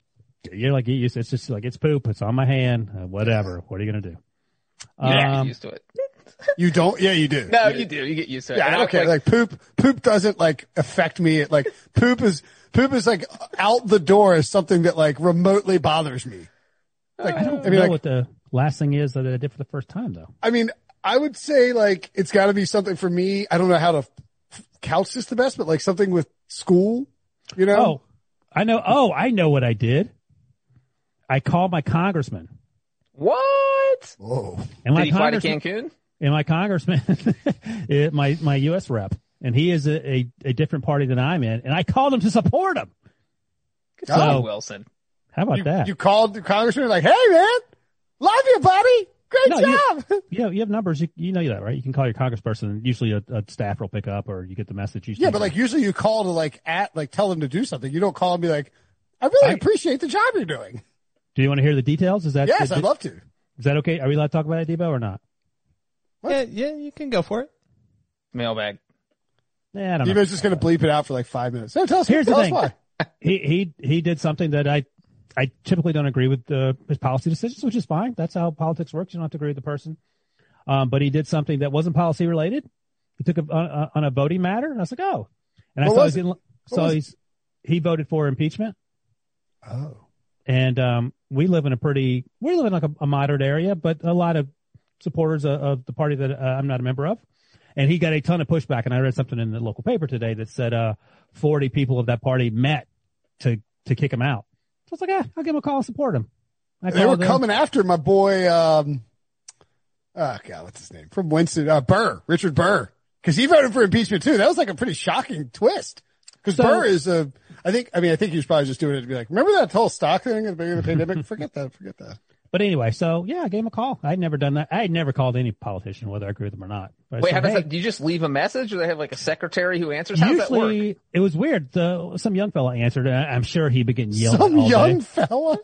Speaker 2: you're like, you- it's just like, it's poop. It's on my hand. uh, Whatever. What are you going to do?
Speaker 3: you don't get
Speaker 2: Um,
Speaker 3: used to it.
Speaker 1: You don't? Yeah, you do.
Speaker 3: No, you do. You get used to it.
Speaker 1: Yeah,
Speaker 3: And
Speaker 1: I
Speaker 3: I
Speaker 1: don't
Speaker 3: was
Speaker 1: care.
Speaker 3: like,
Speaker 1: Like, poop, poop doesn't like affect me. It, like poop is poop is like out the door is something that like remotely bothers me. Like
Speaker 2: I don't
Speaker 1: I mean,
Speaker 2: know
Speaker 1: like,
Speaker 2: what the last thing is that I did for the first time, though.
Speaker 1: I mean, I would say like it's got to be something for me. I don't know how to f- couch this the best, but like something with school, you know?
Speaker 2: Oh, I know. Oh, I know what I did. I called my congressman,
Speaker 3: what?
Speaker 1: Whoa.
Speaker 2: and
Speaker 3: Did
Speaker 2: my
Speaker 3: he fly to
Speaker 2: congressman,
Speaker 3: Cancun?
Speaker 2: and my congressman, it- my my U.S. rep, and he is a, a a different party than I'm in, and I called him to support him.
Speaker 3: Good
Speaker 2: Oh.
Speaker 3: job, Wilson.
Speaker 2: How about
Speaker 1: You,
Speaker 2: that?
Speaker 1: you called the congressman like, hey man, love you, buddy. Great
Speaker 2: No, you-
Speaker 1: job.
Speaker 2: you know, you have numbers. You, you know that, right? You can call your congressperson. and Usually, a, a staffer will pick up, or you get the message. You
Speaker 1: yeah,
Speaker 2: send
Speaker 1: but
Speaker 2: them.
Speaker 1: like usually you call to like at like tell them to do something. You don't call and be like, I really
Speaker 2: I-
Speaker 1: appreciate the job you're doing.
Speaker 2: do you want to hear the details? Is that
Speaker 1: Yes,
Speaker 2: is,
Speaker 1: I'd love to.
Speaker 2: is that okay? Are we allowed to talk about that, Debo, or not?
Speaker 4: Yeah, yeah, you can go for it.
Speaker 3: Mailbag.
Speaker 2: Yeah, Eh, I don't know.
Speaker 1: Debo's just going to bleep it out for like five minutes. No, tell us.
Speaker 2: Here's the
Speaker 1: tell us
Speaker 2: thing.
Speaker 1: why.
Speaker 2: He he he did something that I I typically don't agree with uh his policy decisions, which is fine. That's how politics works. You don't have to agree with the person. Um, but he did something that wasn't policy related. He took a, on, on a voting matter, and I was like, oh. And I
Speaker 1: What
Speaker 2: saw
Speaker 1: was
Speaker 2: he didn't.
Speaker 1: was
Speaker 2: So
Speaker 1: it?
Speaker 2: he's he voted for impeachment.
Speaker 1: Oh,
Speaker 2: and um, we live in a pretty we live in like a, a moderate area, but a lot of supporters of, of the party that uh, I'm not a member of. And he got a ton of pushback. And I read something in the local paper today that said uh, 40 people of that party met to to kick him out. So I was like, eh, I'll give him a call and support him. I
Speaker 1: they were
Speaker 2: called him.
Speaker 1: coming after my boy. Um, oh God, what's his name from Winston? Uh, Burr, Richard Burr, because he voted for impeachment too. That was like a pretty shocking twist. Because
Speaker 2: So-
Speaker 1: Burr is a, I think, I mean, I think he was probably just doing it to be like, remember that whole stock thing at the beginning of the pandemic? Forget that. Forget that.
Speaker 2: But anyway, so yeah, I gave him a call. I'd never done that. I had never called any politician, whether I agree with them or not. But I
Speaker 3: Wait,
Speaker 2: said,
Speaker 3: how does
Speaker 2: "Hey,
Speaker 3: that? Do you just leave a message, or they have like a secretary who answers? How does that work?
Speaker 2: Usually, it was weird. The, some young fella answered. and I- I'm sure he'd been getting yelled
Speaker 1: Some
Speaker 2: at all
Speaker 1: young
Speaker 2: day.
Speaker 1: fella.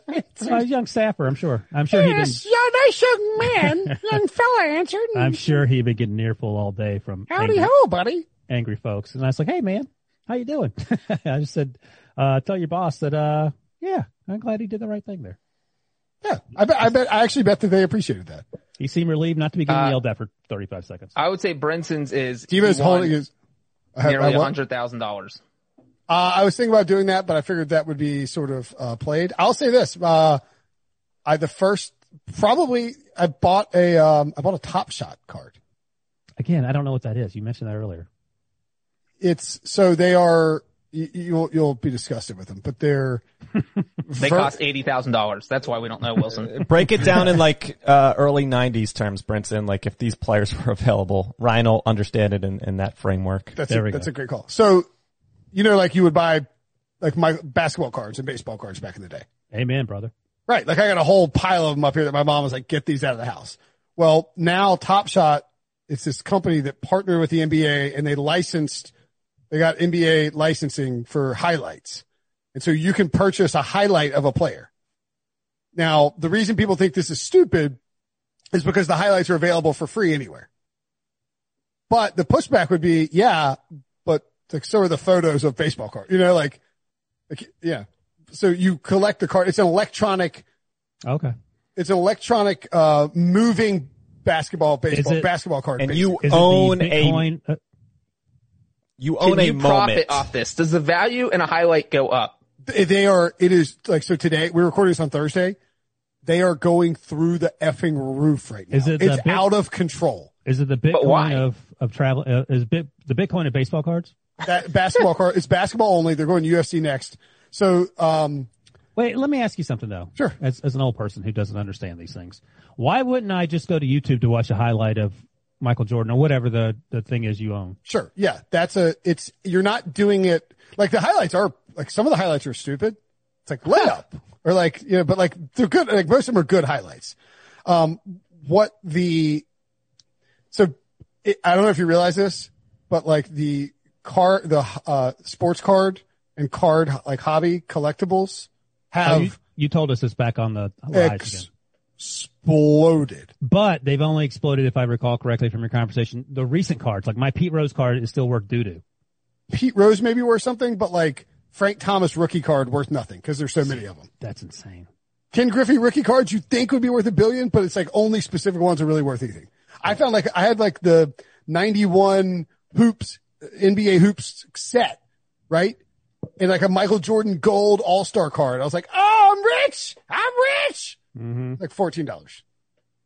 Speaker 2: Uh, young staffer. I'm sure. I'm sure he'd been
Speaker 1: yeah, nice young man, young fella answered. and,
Speaker 2: I'm sure he'd been getting an earful all day from
Speaker 1: Howdy
Speaker 2: angry,
Speaker 1: ho, buddy.
Speaker 2: angry folks. And I was like, hey, man, how you doing? I just said, uh, tell your boss that, uh, yeah, I'm glad he did the right thing there.
Speaker 1: Yeah, I bet. I bet. I actually bet that they appreciated that.
Speaker 2: He seemed relieved not to be getting
Speaker 3: Uh,
Speaker 2: yelled at for 35 seconds.
Speaker 3: I would say Brinson's is
Speaker 1: Debo's
Speaker 3: he won
Speaker 1: holding his. I- I
Speaker 3: nearly
Speaker 1: want-
Speaker 3: hundred thousand dollars.
Speaker 1: Uh, I was thinking about doing that, but I figured that would be sort of uh, played. I'll say this: uh, I the first probably I bought a um, I bought a Top Shot card.
Speaker 2: Again, I don't know what that is. You mentioned that earlier.
Speaker 1: It's so they are you, you'll you'll be disgusted with them, but they're
Speaker 3: They cost eighty thousand dollars. That's why we don't know Wilson.
Speaker 4: Break it down in like uh, early '90s terms, Brinson. Like if these players were available, Ryan will understand it in, in that framework.
Speaker 1: that's
Speaker 2: There
Speaker 1: a,
Speaker 2: we
Speaker 1: that's
Speaker 2: go.
Speaker 1: a great call. So you know, like you would buy like my basketball cards and baseball cards back in the day.
Speaker 2: Amen, brother.
Speaker 1: Right. Like I got a whole pile of them up here that my mom was like, get these out of the house. Well, now Top Shot, it's this company that partnered with the NBA and they licensed, they got NBA licensing for highlights. And so you can purchase a highlight of a player. Now, the reason people think this is stupid is because the highlights are available for free anywhere. But the pushback would be, yeah, but like, so are the photos of baseball cards, you know, like, like, yeah. So you collect the card. It's an electronic
Speaker 2: Okay.
Speaker 1: it's an electronic uh moving basketball baseball
Speaker 2: Is it-
Speaker 1: basketball card
Speaker 4: And
Speaker 1: base-
Speaker 4: you
Speaker 2: Is
Speaker 4: own
Speaker 2: it the
Speaker 4: a
Speaker 2: Bitcoin? uh,
Speaker 4: you
Speaker 3: Can
Speaker 4: own a
Speaker 3: you profit
Speaker 4: moment.
Speaker 3: off this? Does the value in a highlight go up?
Speaker 1: they are it is like so today we're recording this on thursday they are going through the effing roof right now
Speaker 2: Is it
Speaker 1: it's
Speaker 2: the big-
Speaker 1: out of control
Speaker 2: is it the
Speaker 3: why?
Speaker 2: Bitcoin of of travel? Uh, is bit the Bitcoin of baseball cards?
Speaker 1: that basketball card it's basketball only they're going ufc next so um
Speaker 2: Wait, let me ask you something though.
Speaker 1: Sure.
Speaker 2: As as an old person who doesn't understand these things, why wouldn't I just go to YouTube to watch a highlight of Michael Jordan or whatever the the thing is you own?
Speaker 1: sure yeah that's a it's you're not doing it like the highlights are like some of the highlights are stupid it's like layup or like you know but like they're good like most of them are good highlights um what the so it, I don't know if you realize this, but like the car, the uh, sports card and card like hobby collectibles
Speaker 2: Oh, you,
Speaker 1: have
Speaker 2: you told us this back on the live again.
Speaker 1: exploded.
Speaker 2: But they've only exploded, if I recall correctly from your conversation, the recent cards. Like my Pete Rose card is still worth doo doo.
Speaker 1: Pete Rose maybe worth something, but like Frank Thomas rookie card worth nothing because there's so many of them.
Speaker 2: That's insane.
Speaker 1: Ken Griffey rookie cards you think would be worth a billion, but it's like only specific ones are really worth anything. I found like I had like the 91 hoops, NBA hoops set, right? And like a Michael Jordan gold all star card. I was like, Oh, I'm rich. I'm rich.
Speaker 2: Mm-hmm.
Speaker 1: Like $14.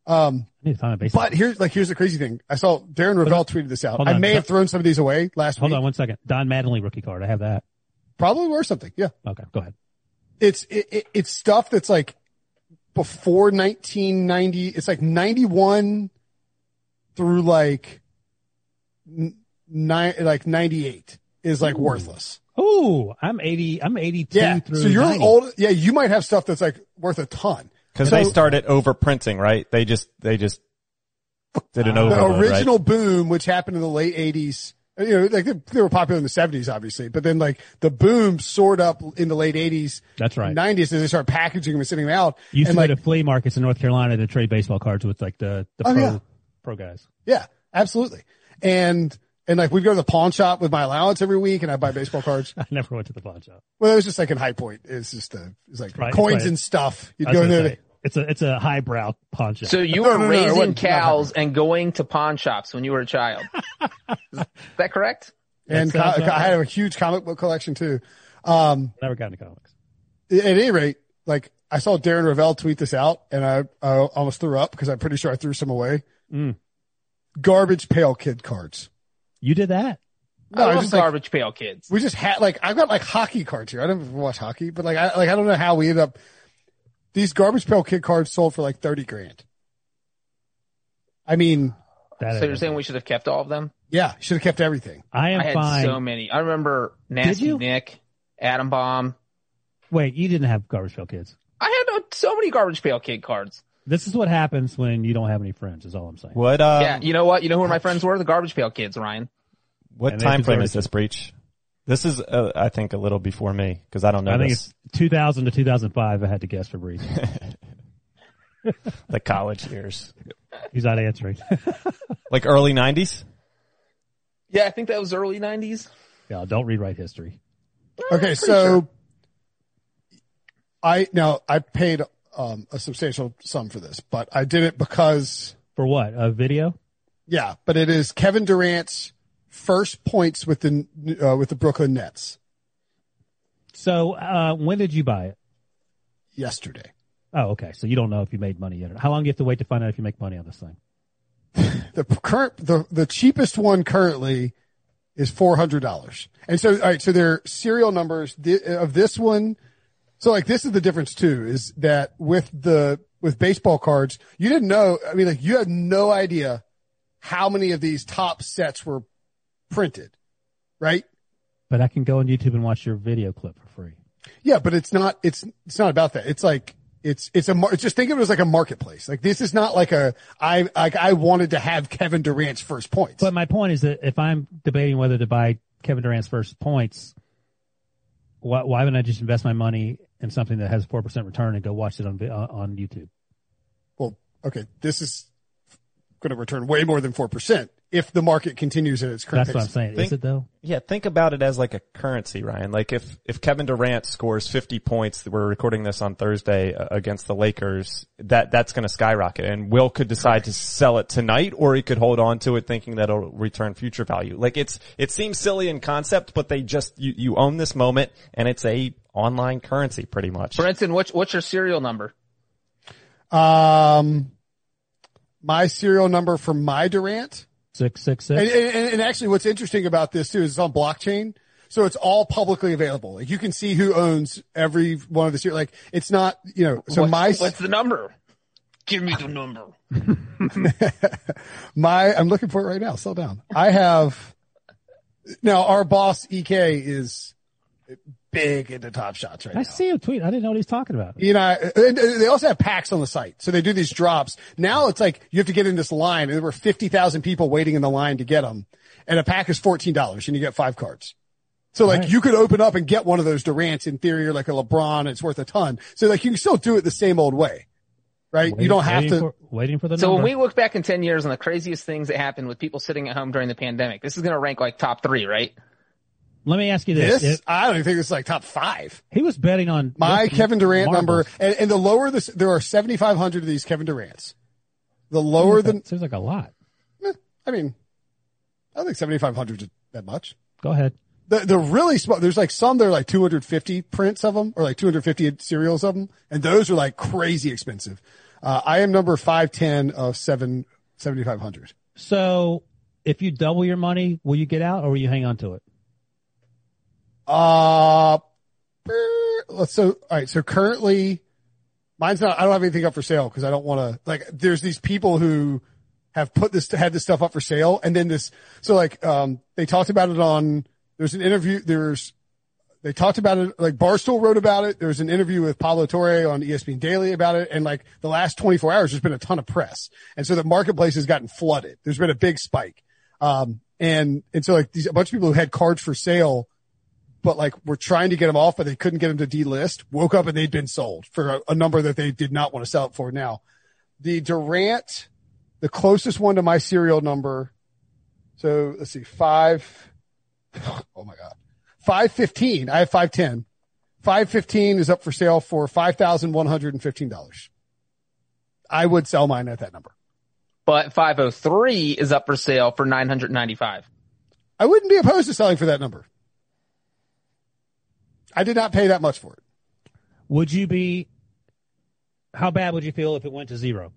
Speaker 1: Um,
Speaker 2: I need to find a baseball.
Speaker 1: but here's like, here's the crazy thing. I saw Darren Ravel tweeted this out.
Speaker 2: Hold
Speaker 1: I
Speaker 2: on.
Speaker 1: may have thrown some of these away last
Speaker 2: Hold
Speaker 1: week.
Speaker 2: on one second. Don Mattingly rookie card. I have that.
Speaker 1: Probably worth something. Yeah.
Speaker 2: Okay, go ahead.
Speaker 1: it's it, it, it's stuff that's like before 1990 it's like 91 through like n- nine like 98 is like worthless
Speaker 2: Ooh, I'm eighty. I'm eighty-two
Speaker 1: yeah
Speaker 2: through.
Speaker 1: so you're
Speaker 2: 90.
Speaker 1: old yeah you might have stuff that's like worth a ton
Speaker 4: Because
Speaker 1: So-
Speaker 4: they started overprinting, right? They just they just did an
Speaker 1: the
Speaker 4: overload, right?
Speaker 1: original boom which happened in the late 80s you know like they, they were popular in the 70s obviously but then like the boom soared up in the late 80s
Speaker 2: That's right.
Speaker 1: 90s and they started packaging them and sending them out
Speaker 2: You used
Speaker 1: and
Speaker 2: to
Speaker 1: like
Speaker 2: go to flea markets in North Carolina to trade baseball cards with like the the
Speaker 1: Oh,
Speaker 2: pro
Speaker 1: yeah.
Speaker 2: pro guys.
Speaker 1: Yeah, absolutely. And and like we'd go to the pawn shop with my allowance every week, and I would buy baseball cards.
Speaker 2: I never went to the pawn shop.
Speaker 1: well, it was just like in High Point. It's just the it's like
Speaker 2: Right,
Speaker 1: coins
Speaker 2: right.
Speaker 1: and stuff. You'd
Speaker 2: I was
Speaker 1: go in
Speaker 2: gonna
Speaker 1: there.
Speaker 2: say, it's a it's a highbrow pawn shop.
Speaker 3: So you
Speaker 1: No,
Speaker 3: were
Speaker 1: no, no, it
Speaker 3: raising
Speaker 1: wasn't- not
Speaker 3: cows and going to pawn shops when you were a child. Is that correct?
Speaker 1: and
Speaker 2: That sounds
Speaker 1: co- co- I
Speaker 2: about
Speaker 1: had a huge comic book collection too. Um,
Speaker 2: never got into comics.
Speaker 1: at any rate, like I saw Darren Ravel tweet this out, and I, I almost threw up because I'm pretty sure I threw some away.
Speaker 2: Mm.
Speaker 1: Garbage pail kid cards.
Speaker 2: You did that.
Speaker 1: No,
Speaker 3: I
Speaker 1: I
Speaker 3: love
Speaker 1: just like-
Speaker 3: garbage pail kids.
Speaker 1: we just had like I've got like hockey cards here. I don't watch hockey, but like I like I don't know how we ended up. These garbage pail kid cards sold for like thirty grand. I mean,
Speaker 2: That I
Speaker 3: So you're
Speaker 2: did.
Speaker 3: saying we should have kept all of them?
Speaker 1: yeah, should have kept everything.
Speaker 2: I am
Speaker 3: I had
Speaker 2: fine.
Speaker 3: so many. I remember Nasty
Speaker 2: you?
Speaker 3: Nick, Adam Bomb.
Speaker 2: Wait, you didn't have garbage pail kids.
Speaker 3: I had uh, so many garbage pail kid cards.
Speaker 2: This is what happens when you don't have any friends. Is all I'm saying.
Speaker 4: What um,
Speaker 3: yeah, you know what? You know who my friends were? The garbage pail kids, Ryan.
Speaker 4: what
Speaker 2: And they
Speaker 4: time frame
Speaker 2: deserve
Speaker 4: is
Speaker 2: it.
Speaker 4: this breach? This is uh, I think a little before me because I don't know
Speaker 2: I think
Speaker 4: this.
Speaker 2: it's 2000 to 2005. I had to guess for Breeze.
Speaker 4: the college years,
Speaker 2: He's not answering.
Speaker 4: like early '90s.
Speaker 3: Yeah, I think that was early '90s.
Speaker 2: yeah, don't rewrite history.
Speaker 1: Okay, so I now I paid um, a substantial sum for this, but I did it because
Speaker 2: For what? A video?
Speaker 1: yeah, but it is Kevin Durant's first points with the uh, with the Brooklyn Nets.
Speaker 2: So, uh, when did you buy it?
Speaker 1: yesterday.
Speaker 2: Oh, okay. So you don't know if you made money yet. Or not. How long do you have to wait to find out if you make money on this thing?
Speaker 1: The p- current, the, the cheapest one currently is $400. And so, all right. So their serial numbers thi- of this one. So like this is the difference too, is that with the, with baseball cards, you didn't know. I mean, like you had no idea how many of these top sets were printed, right?
Speaker 2: But I can go on YouTube and watch your video clip for free.
Speaker 1: Yeah, but it's not, it's, it's not about that. It's like, it's, it's a, mar- just think of it as like a marketplace. Like this is not like a, I, like I wanted to have Kevin Durant's first points.
Speaker 2: But my point is that if I'm debating whether to buy Kevin Durant's first points, why, why wouldn't I just invest my money in something that has four percent return and go watch it on vi- uh, on YouTube?
Speaker 1: well, okay, this is going to return way more than 4% if the market continues at its current
Speaker 2: That's what I'm
Speaker 1: pace.
Speaker 2: saying.
Speaker 4: Think-
Speaker 2: is it though?
Speaker 4: Yeah, think about it as like a currency, Ryan. Like if, if Kevin Durant scores 50 points, we're recording this on Thursday uh, against the Lakers, that, that's going to skyrocket and Will could decide to sell it tonight or he could hold on to it thinking that it'll return future value. Like it's, it seems silly in concept, but they just, you, you own this moment and it's a online currency pretty much.
Speaker 3: Brenton, what's what's your serial number?
Speaker 1: Um, my serial number for my Durant.
Speaker 2: Six six
Speaker 1: And,
Speaker 2: six.
Speaker 1: and, and actually what's interesting about this too is it's on blockchain. So it's all publicly available. Like you can see who owns every one of the serial. Like it's not, you know, so
Speaker 3: what's,
Speaker 1: my,
Speaker 3: what's the number? Give me the number.
Speaker 1: my I'm looking for it right now. Slow down. I have now our boss EK is big into top shots right
Speaker 2: I
Speaker 1: now.
Speaker 2: see a tweet. I didn't know what he's talking about.
Speaker 1: You know, and and they also have packs on the site. So they do these drops. Now it's like you have to get in this line and there were 50,000 people waiting in the line to get them and a pack is $14 and you get five cards. So like
Speaker 2: Right.
Speaker 1: you could open up and get one of those Durants in theory or like a LeBron. and It's worth a ton. So like you can still do it the same old way, right? you don't have
Speaker 2: waiting
Speaker 1: to.
Speaker 2: for, waiting for the
Speaker 3: So when
Speaker 2: number.
Speaker 3: we look back in 10 years on the craziest things that happened with people sitting at home during the pandemic, this is going to rank like top three, right?
Speaker 2: Let me ask you this:
Speaker 1: this,
Speaker 2: If-
Speaker 1: I don't even think it's like top five.
Speaker 2: He was betting on
Speaker 1: My
Speaker 2: this
Speaker 1: Kevin Durant
Speaker 2: marbles.
Speaker 1: number, and, and the lower this, there are 7,500 of these Kevin Durants. The lower the,
Speaker 2: Seems like a lot.
Speaker 1: I mean, I don't think 7,500 is that much.
Speaker 2: Go ahead.
Speaker 1: The, the really small, there's like some, there are like 250 prints of them or like 250 serials of them. And those are like crazy expensive. Uh, I am number 510 of seven, 7,500.
Speaker 2: So if you double your money, will you get out or will you hang on to it?
Speaker 1: Uh, er, let's so, all right. So currently mine's not, I don't have anything up for sale because I don't want to, like, there's these people who have put this, had this stuff up for sale. And then this, so like, um, they talked about it on, there's an interview, there's, they talked about it, like Barstool wrote about it. There was an interview with Pablo Torre on E ESPN Daily about it. And like the last 24 hours, there's been a ton of press. And so the marketplace has gotten flooded. There's been a big spike. Um, and, and so like these, a bunch of people who had cards for sale, but like were trying to get them off, but they couldn't get them to delist. Woke up and they'd been sold for a, a number that they did not want to sell it for. Now, the Durant, the closest one to my serial number. So let's see, five. Oh my god, five fifteen. I have five ten. Five fifteen is up for sale for five thousand one hundred and fifteen dollars. I would sell mine at that number.
Speaker 3: But 503 is up for sale for 995.
Speaker 1: I wouldn't be opposed to selling for that number. I did not pay that much for it.
Speaker 2: Would you be? How bad would you feel if it went to zero?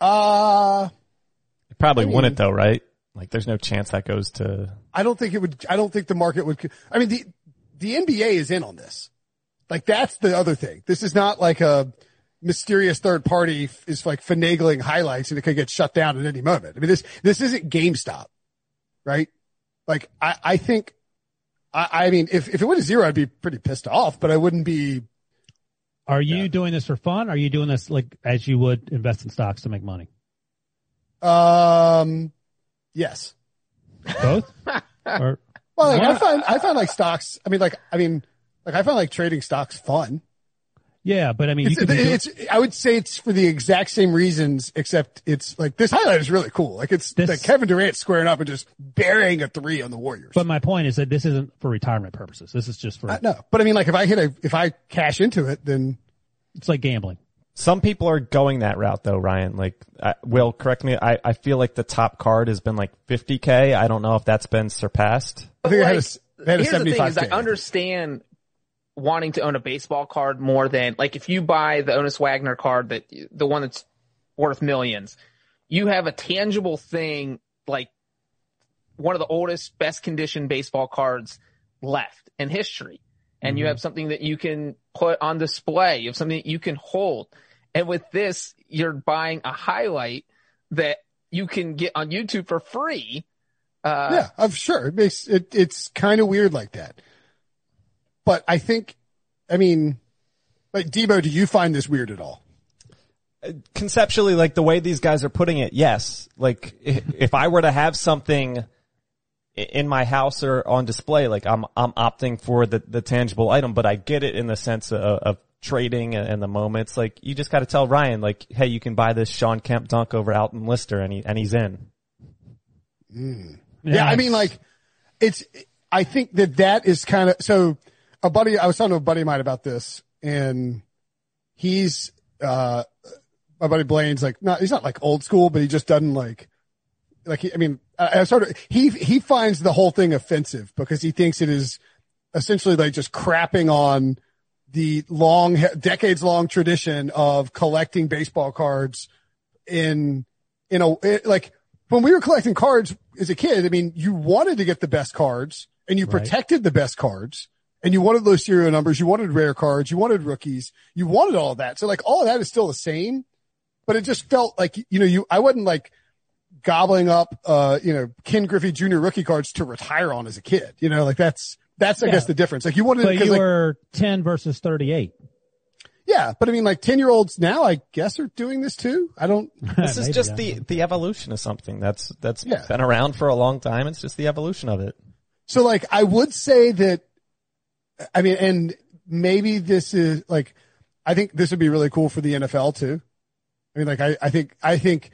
Speaker 1: Uh
Speaker 4: You probably wouldn't though, right? Like there's no chance that goes to,
Speaker 1: I don't think it would. I don't think the market would. I mean, the the NBA is in on this. Like that's the other thing. This is not like a mysterious third party f- is like finagling highlights and it could get shut down at any moment. I mean, this this isn't GameStop, right? Like I I think I I mean if if it went to zero, I'd be pretty pissed off, but I wouldn't be.
Speaker 2: Are you doing this for fun? Are you doing this like as you would invest in stocks to make money?
Speaker 1: Um, yes.
Speaker 2: Both? or
Speaker 1: Well, like, I find I find like stocks. I mean, like I mean, like I find like trading stocks fun.
Speaker 2: yeah, but I mean, you
Speaker 1: It's,
Speaker 2: could be doing-
Speaker 1: it's, I would say it's for the exact same reasons, except it's like this highlight is really cool. Like it's
Speaker 2: This-
Speaker 1: like Kevin Durant squaring up and just burying a three on the Warriors.
Speaker 2: But my point is that this isn't for retirement purposes. This is just for
Speaker 1: I, no, but I mean, like if I hit a, if I cash into it, then
Speaker 2: it's like gambling.
Speaker 4: Some people are going that route though, Ryan. Like, I, Will, correct me. I, I feel like the top card has been like 50k. I don't know if that's been surpassed.
Speaker 1: I think I had a, s- I had a
Speaker 3: Here's the thing
Speaker 1: seventy-five.
Speaker 3: is I understand wanting to own a baseball card more than like if you buy the Onus Wagner card that the one that's worth millions, you have a tangible thing like one of the oldest, best conditioned baseball cards left in history. And
Speaker 1: Mm-hmm.
Speaker 3: you have something that you can put on display. You have something that you can hold. And with this, you're buying a highlight that you can get on YouTube for free. Uh,
Speaker 1: yeah, I'm sure it makes it. It's kind of weird like that, but I think, I mean, like Debo, do you find this weird at all?
Speaker 4: conceptually, like the way these guys are putting it, yes. Like i- if I were to have something i- in my house or on display, like I'm, I'm opting for the, the tangible item, but I get it in the sense of, of trading and, and the moments. Like you just got to tell Ryan, like, Hey, you can buy this Sean Kemp dunk over Alton Lister and he, and he's in.
Speaker 1: Yeah, I mean, like, it's. I think that that is kind of so. A buddy, I was talking to a buddy of mine about this, and he's uh my buddy Blaine's like not. He's not like old school, but he just doesn't like. Like he, I mean, I, I sort of he he finds the whole thing offensive because he thinks it is essentially like just crapping on the long decades long tradition of collecting baseball cards in in a it, like when we were collecting cards as a kid, I mean, you wanted to get the best cards and you
Speaker 2: Right.
Speaker 1: protected the best cards and you wanted those serial numbers. You wanted rare cards. You wanted rookies. You wanted all of that. So like all of that is still the same, but it just felt like, you know, you, I wasn't like gobbling up, uh, you know, Ken Griffey Jr. rookie cards to retire on as a kid, you know, like that's, that's, I
Speaker 2: Yeah.
Speaker 1: guess the difference. Like you wanted,
Speaker 2: But
Speaker 1: because
Speaker 2: you
Speaker 1: like,
Speaker 2: were 10 versus 38.
Speaker 1: yeah, but I mean like 10 year olds now, I guess are doing this too. I don't,
Speaker 4: This is
Speaker 2: Maybe,
Speaker 4: just
Speaker 2: I
Speaker 4: the, the evolution of something that's, that's
Speaker 1: Yeah.
Speaker 4: been around for a long time. It's just the evolution of it.
Speaker 1: So like I would say that I mean and maybe this is like I think this would be really cool for the NFL too. I mean like I, I think I think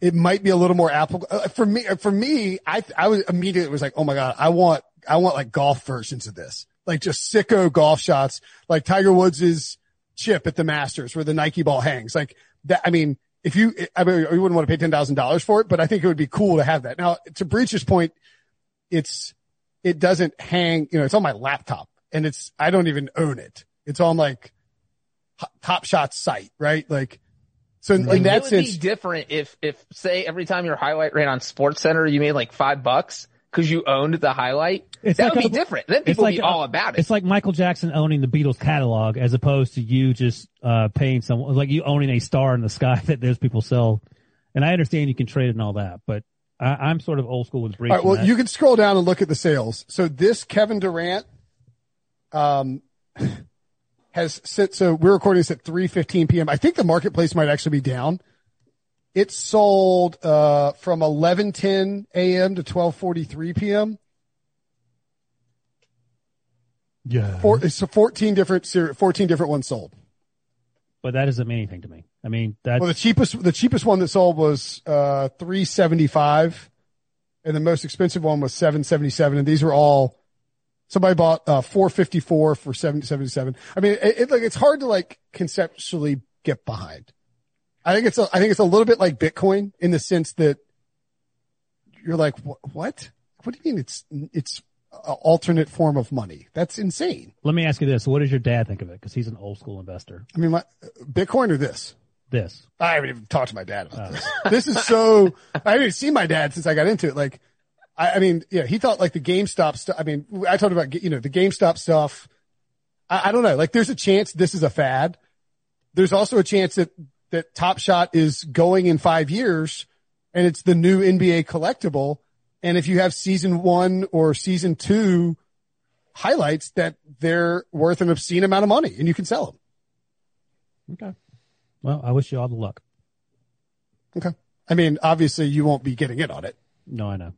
Speaker 1: it might be a little more applicable Uh, for me for me I I was immediately was like oh my god I want I want like golf versions of this. Like just sicko golf shots like Tiger Woods's chip at the Masters where the Nike ball hangs. Like that I mean if you, I mean, you wouldn't want to pay $10,000 for it, but I think it would be cool to have that. Now, to Breach's point, it's it doesn't hang, you know, it's on my laptop and it's I don't even own it. It's on like Ho- Top Shot's site, right? Like so in, in that
Speaker 3: it would
Speaker 1: sense,
Speaker 3: be different if, if say every time your highlight ran on Sports Center, you made like five bucks because you owned the highlight.
Speaker 2: It's
Speaker 3: that
Speaker 2: like
Speaker 3: would
Speaker 2: a-
Speaker 3: be different. Then
Speaker 2: it's
Speaker 3: people would
Speaker 2: like
Speaker 3: be
Speaker 2: a-
Speaker 3: all about it.
Speaker 2: It's like Michael Jackson owning the Beatles catalog as opposed to you just, uh, paying someone, like you owning a star in the sky that those people sell. And I understand you can trade it and all that, but I, I'm sort of old school with breach.
Speaker 1: all right, well, you can scroll down and look at the sales. So this Kevin Durant um has sent so we're recording this at 3:15 p.m. I think the marketplace might actually be down. It sold uh from 11:10 a.m. to 12:43 p.m.
Speaker 2: yeah.
Speaker 1: Four, it's 14 different ser- 14 different ones sold.
Speaker 2: but that doesn't mean anything to me. I mean, that's,
Speaker 1: Well, the cheapest the cheapest one that sold was uh, three seventy five, and the most expensive one was seven seventy seven. And these were all somebody bought uh, four fifty four for seven seventy seven. I mean, it, it, like it's hard to like conceptually get behind. I think it's a, I think it's a little bit like Bitcoin in the sense that you're like "Wh- what what do you mean it's it's an alternate form of money? That's insane.
Speaker 2: let me ask you this. What does your dad think of it? Cause he's an old school investor.
Speaker 1: I mean, my, Bitcoin or this.
Speaker 2: This.
Speaker 1: I haven't even talked to my dad about this. This is so, I haven't even seen my dad since I got into it. Like, I, I mean, yeah, he thought like the GameStop stuff. I mean, I talked about, you know, the GameStop stuff. I, I don't know. Like there's a chance this is a fad. There's also a chance that, that Top Shot is going in five years and it's the new NBA collectible. And if you have season one or season two highlights that they're worth an obscene amount of money and you can sell them.
Speaker 2: Okay. Well, I wish you all the luck.
Speaker 1: Okay. I mean, obviously you won't be getting in on it.
Speaker 2: No, I know.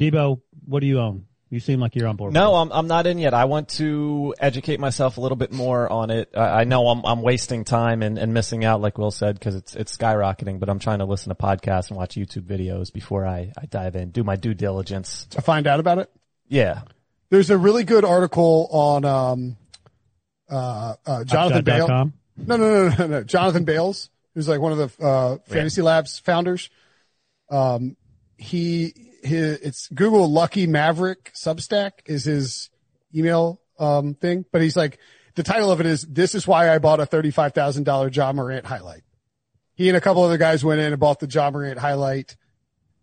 Speaker 2: Debo, what do you own? You seem like you're on board.
Speaker 4: No,
Speaker 2: with
Speaker 4: I'm I'm not in yet. I want to educate myself a little bit more on it. I, I know I'm I'm wasting time and, and missing out, like Will said, because it's it's skyrocketing. But I'm trying to listen to podcasts and watch YouTube videos before I I dive in, do my due diligence.
Speaker 1: to find out about it.
Speaker 4: Yeah,
Speaker 1: There's a really good article on um, uh, uh, Jonathan Bale.
Speaker 2: Upshot.com?
Speaker 1: No, no, no, no, no. Jonathan Bales, who's like one of the uh, Fantasy Labs founders. Um, he, his, it's Google Lucky Maverick Substack is his email um, thing, but he's like, the title of it is This is Why I Bought a $35,000 John Morant Highlight. He and a couple other guys went in and bought the John Morant Highlight.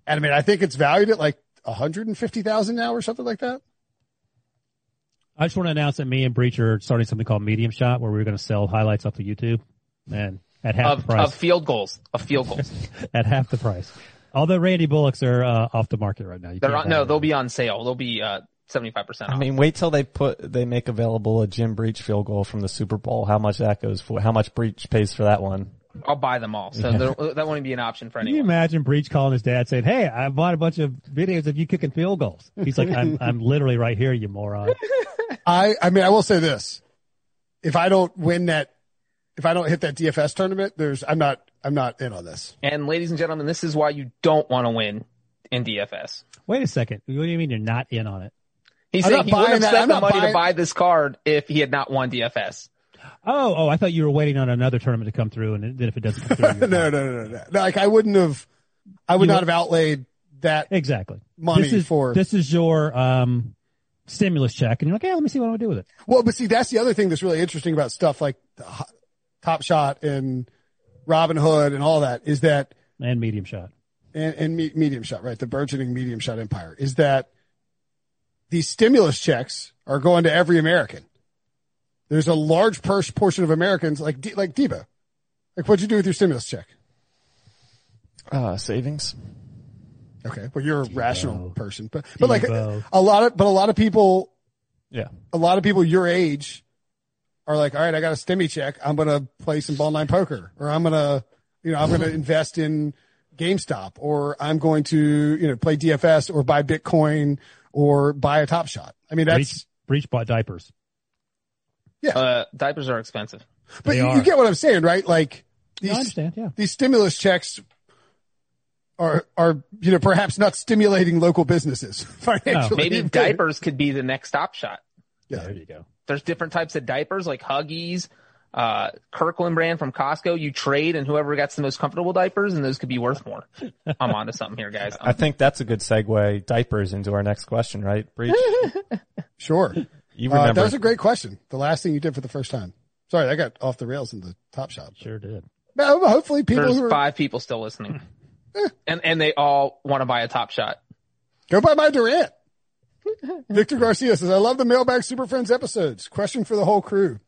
Speaker 1: And I mean, I think it's valued at like 150,000 now or something like that.
Speaker 2: I just want to announce that me and Breach are starting something called Medium Shot where we're going to sell highlights off of YouTube and at half the
Speaker 3: of,
Speaker 2: price.
Speaker 3: of field goals, of field goals.
Speaker 2: at half the price. Although Randy Bullocks are uh, off the market right now. You
Speaker 3: They're
Speaker 2: can't
Speaker 3: on,
Speaker 2: buy
Speaker 3: no,
Speaker 2: them.
Speaker 3: they'll be on sale. They'll be uh, 75% off.
Speaker 4: I mean, wait till they put they make available a Jim Breach field goal from the Super Bowl. How much that goes for? How much Breach pays for that one?
Speaker 3: I'll buy them all. So there that won't be an option for
Speaker 2: Can you
Speaker 3: anyone.
Speaker 2: imagine Breach calling his dad saying, "Hey, I bought a bunch of videos of you kicking field goals." He's like, "I'm I'm literally right here, you moron."
Speaker 1: I, I mean, I will say this. If I don't win that, if I don't hit that DFS tournament, there's, I'm not, I'm not in on this.
Speaker 3: And ladies and gentlemen, this is why you don't want to win in DFS.
Speaker 2: Wait a second. What do you mean you're not in on it?
Speaker 3: He's
Speaker 1: I'm
Speaker 3: saying
Speaker 1: not
Speaker 3: he wouldn't
Speaker 1: buying
Speaker 3: have
Speaker 1: that.
Speaker 3: spent
Speaker 1: I'm
Speaker 3: the
Speaker 1: not
Speaker 3: money
Speaker 1: buying-
Speaker 3: to buy this card if he had not won DFS.
Speaker 2: Oh, oh, I thought you were waiting on another tournament to come through, and then if it doesn't come through,
Speaker 1: no, no,
Speaker 2: you're not.
Speaker 1: no, no, no. Like I wouldn't have, I would
Speaker 2: You-
Speaker 1: not have outlaid that.
Speaker 2: exactly.
Speaker 1: Money
Speaker 2: this is,
Speaker 1: for-
Speaker 2: this is your um stimulus check, and you're like, "Yeah, let me see what I want to do with it."
Speaker 1: Well, but see, that's the other thing that's really interesting about stuff like the Ho- Top Shot and Robin Hood and all that is that,
Speaker 2: And medium shot.
Speaker 1: and, and me, medium shot, right? The burgeoning medium shot empire is that these stimulus checks are going to every American. There's a large pers- portion of Americans like, D- like Debo. Like, what'd you do with your stimulus check?
Speaker 4: Uh, savings.
Speaker 1: Okay. Well, you're a rational person, but, but like
Speaker 2: Debo.
Speaker 1: a lot of, but a lot of people
Speaker 4: Yeah.
Speaker 1: a lot of people your age are like, all right, I got a stimmy check. I'm going to play some ball nine poker or I'm going to, you know, I'm going to invest in GameStop or I'm going to, you know, play DFS or buy Bitcoin or buy a top shot. I mean, that's,
Speaker 2: Breach, Breach bought diapers.
Speaker 3: Uh, diapers are expensive.
Speaker 1: but
Speaker 2: they
Speaker 1: you, you
Speaker 2: are.
Speaker 1: get what I'm saying, right? Like
Speaker 2: I
Speaker 1: these,
Speaker 2: understand. Yeah.
Speaker 1: these stimulus checks are, are, you know, perhaps not stimulating local businesses financially.
Speaker 3: Maybe diapers could be the next top shot.
Speaker 1: Yeah.
Speaker 2: There you go.
Speaker 3: There's different types of diapers like Huggies, uh, Kirkland brand from Costco. You trade and whoever gets the most comfortable diapers and those could be worth more. I'm onto something here, guys.
Speaker 4: I think that's a good segue diapers into our next question, right? Breach.
Speaker 1: Uh, Sure.
Speaker 4: You
Speaker 1: Uh,
Speaker 4: remember?
Speaker 1: that was a great question. The last thing you did for the first time. Sorry, I got off the rails in the top shot.
Speaker 2: Sure did.
Speaker 1: No, but hopefully people
Speaker 3: There's
Speaker 1: who are,
Speaker 3: five people still listening.
Speaker 4: Eh.
Speaker 3: and, and they all want to buy a top shot.
Speaker 1: go buy my Durant. Victor Garcia says, I love the Mailbag Super Friends episodes. Question for the whole crew.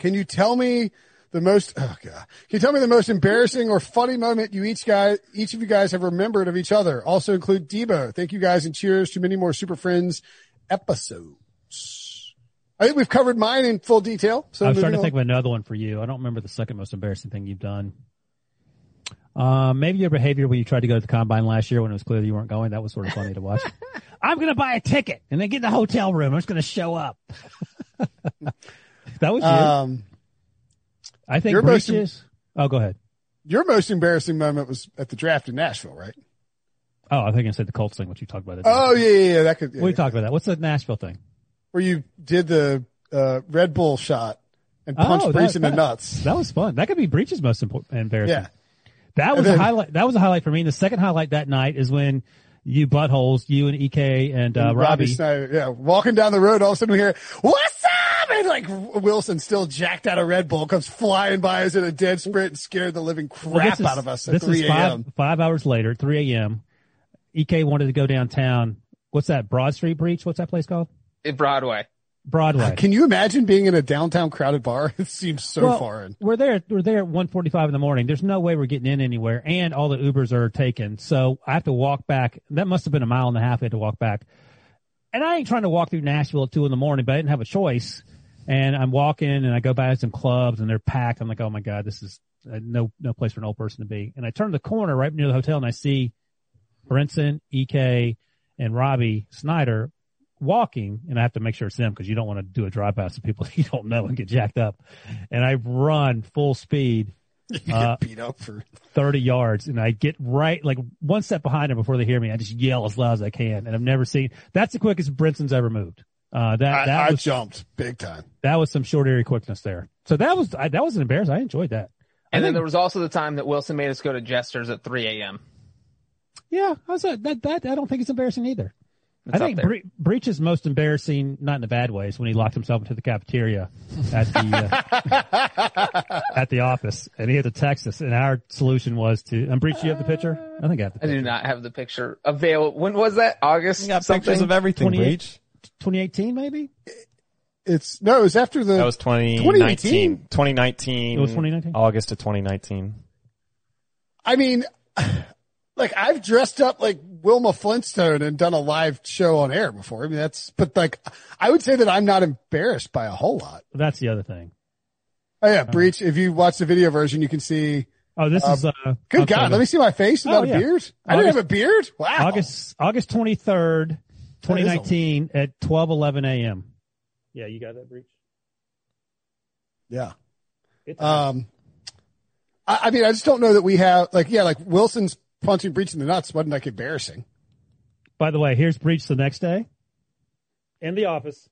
Speaker 1: Can you tell me the most, oh God, can you tell me the most embarrassing or funny moment you each guy, each of you guys have remembered of each other? Also include Debo. Thank you guys and cheers to many more Super Friends episodes. I think we've covered mine in full detail. So
Speaker 2: I'm
Speaker 1: moving
Speaker 2: trying to
Speaker 1: on.
Speaker 2: think of another one for you. I don't remember the second most embarrassing thing you've done. Uh, maybe your behavior when you tried to go to the combine last year when it was clear that you weren't going. That was sort of funny to watch. I'm going to buy a ticket and then get in the hotel room. I'm just going to show up. that was you.
Speaker 1: um,
Speaker 2: I think
Speaker 1: your
Speaker 2: Breach
Speaker 1: most-
Speaker 2: is. Oh, go ahead.
Speaker 1: your most embarrassing moment was at the draft in Nashville, right?
Speaker 2: Oh, I think I said the Colts thing, which you talked about. It.
Speaker 1: Oh yeah, yeah, yeah, that could. yeah,
Speaker 2: we
Speaker 1: yeah.
Speaker 2: talked about that. What's the Nashville thing?
Speaker 1: where you did the uh, Red Bull shot and
Speaker 2: Oh,
Speaker 1: punched
Speaker 2: that-
Speaker 1: Brees in the
Speaker 2: that-
Speaker 1: nuts.
Speaker 2: That was fun. That could be Breach's most important, embarrassing.
Speaker 1: Yeah.
Speaker 2: That uh, was
Speaker 1: then-
Speaker 2: a highlight. That was a highlight for me. And the second highlight that night is when you buttholes, you and EK and, uh,
Speaker 1: Robbie
Speaker 2: Robbie
Speaker 1: Snyder, yeah, walking down the road, all of a sudden we hear, "What's up?" And like Wilson, still jacked out of Red Bull, comes flying by us in a dead sprint and scared the living crap
Speaker 2: Well, this is-
Speaker 1: out of us at
Speaker 2: this
Speaker 1: three
Speaker 2: is five,
Speaker 1: a.m.
Speaker 2: five hours later, 3 a.m. EK E wanted to go downtown. What's that? Broad Street Breach? What's that place called?
Speaker 3: In Broadway.
Speaker 2: Broadway.
Speaker 1: Can you imagine being in a downtown crowded bar? It seems so
Speaker 2: Well,
Speaker 1: foreign.
Speaker 2: We're there. We're there at 1:45 in the morning. There's no way we're getting in anywhere, and all the Ubers are taken. So I have to walk back. That must have been a mile and a half. I had to walk back, and I ain't trying to walk through Nashville at two in the morning, but I didn't have a choice. And I'm walking, and I go by some clubs, and they're packed. I'm like, oh my god, this is uh, no no place for an old person to be. And I turn the corner right near the hotel, and I see Brinson, Ek, and Robbie Snyder walking, and I have to make sure it's them because you don't want to do a drive by some people you don't know and get jacked up. And I run full speed,
Speaker 1: You get
Speaker 2: uh,
Speaker 1: beat up for
Speaker 2: 30 yards, and I get right like one step behind them before they hear me. I just yell as loud as I can, and I've never seen that's the quickest Brinson's ever moved. Uh, that
Speaker 1: I,
Speaker 2: that
Speaker 1: I
Speaker 2: was
Speaker 1: jumped big time.
Speaker 2: that was some short area quickness there. So that was I, that was an embarrassment. I enjoyed that. I
Speaker 3: And then
Speaker 2: think-
Speaker 3: there was also the time that Wilson made us go to Jester's at 3 a.m.
Speaker 2: yeah, I was, uh, that that I don't think it's embarrassing either. I
Speaker 3: It's up
Speaker 2: think
Speaker 3: there.
Speaker 2: Bre- Breach's most embarrassing, not in a bad way, is when he locked himself into the cafeteria at the uh, at the office, and he had to text us. And our solution was to and Breach. You have the picture? I think I have the
Speaker 3: I
Speaker 2: picture.
Speaker 3: do not have the picture available. When was that? August
Speaker 4: You got pictures
Speaker 3: something?
Speaker 4: of everything,
Speaker 2: 28.
Speaker 4: Breach.
Speaker 2: 2018, maybe.
Speaker 1: It's no, it's after the
Speaker 4: That was 2019.
Speaker 1: 2018?
Speaker 4: 2019.
Speaker 2: It was 2019?
Speaker 4: August of 2019.
Speaker 1: I mean, like I've dressed up like Wilma Flintstone and done a live show on air before. I mean, that's, but like, I would say that I'm not embarrassed by a whole lot.
Speaker 2: That's the other thing.
Speaker 1: Oh
Speaker 2: Uh-huh.
Speaker 1: yeah, breach. If you watch the video version, you can see.
Speaker 2: Oh, this is uh,
Speaker 1: Good
Speaker 2: I'm
Speaker 1: God,
Speaker 2: sorry.
Speaker 1: let me see my face without
Speaker 2: Oh, yeah.
Speaker 1: a beard. I didn't
Speaker 2: August-
Speaker 1: have a beard. Wow.
Speaker 2: August August 23rd, 2019 at 12:11 a.m. Yeah, you got that breach.
Speaker 1: Yeah.
Speaker 2: It's
Speaker 1: Um, I, I mean, I just don't know that we have like, yeah, like Wilson's punching breach in the nuts wasn't like embarrassing.
Speaker 2: By the way, here's breach the next day in the office.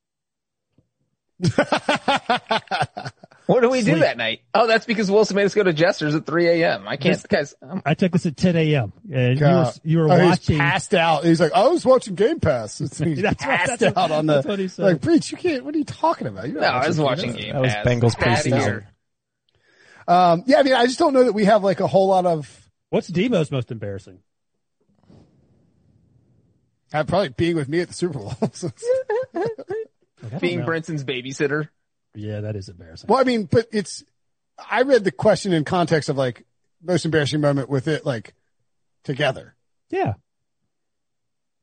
Speaker 3: What do we do
Speaker 2: Sleep.
Speaker 3: that night? Oh, that's because Wilson made us go to Jester's at 3 a.m. I can't,
Speaker 2: This-
Speaker 3: guys. I'm,
Speaker 2: I took this at 10 a.m. and you were,
Speaker 1: God.
Speaker 2: you were
Speaker 1: Oh, he was
Speaker 2: watching.
Speaker 1: passed out. He's like, I was watching Game Pass. It's, he's
Speaker 2: That's what-
Speaker 1: passed
Speaker 2: that's what-
Speaker 1: out on the.
Speaker 2: that's what he said.
Speaker 1: Like, breach. You can't. What are you talking about? You're
Speaker 3: no,
Speaker 1: not
Speaker 3: I was
Speaker 1: Game
Speaker 3: watching
Speaker 1: Pass.
Speaker 3: Game
Speaker 4: That was
Speaker 3: Pass.
Speaker 4: Bengals
Speaker 3: Get outta
Speaker 4: preseason.
Speaker 3: here.
Speaker 1: Um, yeah, I mean, I just don't know that we have like a whole lot of.
Speaker 2: What's Debo's most embarrassing?
Speaker 1: Uh, probably being with me at the Super Bowl.
Speaker 2: Like, I don't
Speaker 3: Being
Speaker 2: know.
Speaker 3: Brinson's babysitter.
Speaker 2: Yeah, that is embarrassing.
Speaker 1: well, I mean, but it's. I read the question in context of like most embarrassing moment with it like together.
Speaker 2: Yeah.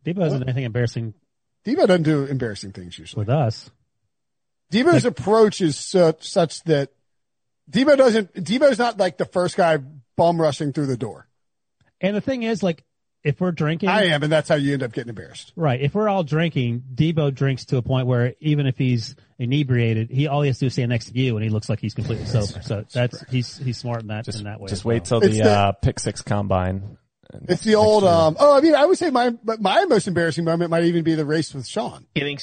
Speaker 2: Debo hasn't done anything embarrassing
Speaker 1: Debo doesn't do embarrassing things usually.
Speaker 2: with us.
Speaker 1: Debo's approach is such such that Debo doesn't. Debo's not like the first guy bum rushing through the door.
Speaker 2: And the thing is, like, if we're drinking,
Speaker 1: I am, and that's how you end up getting embarrassed.
Speaker 2: right? If we're all drinking, Debo drinks to a point where even if he's inebriated, he all he has to do is stand next to you, and he looks like he's completely sober. So that's he's he's smart in that
Speaker 4: Just,
Speaker 2: in that way.
Speaker 4: just
Speaker 2: as
Speaker 4: wait
Speaker 2: well.
Speaker 4: till
Speaker 1: It's
Speaker 4: the,
Speaker 1: the-
Speaker 4: uh, pick six combine.
Speaker 1: It's the old. um Oh, I mean, I would say my but my most embarrassing moment might even be the race with Sean
Speaker 3: Getting
Speaker 2: Oh,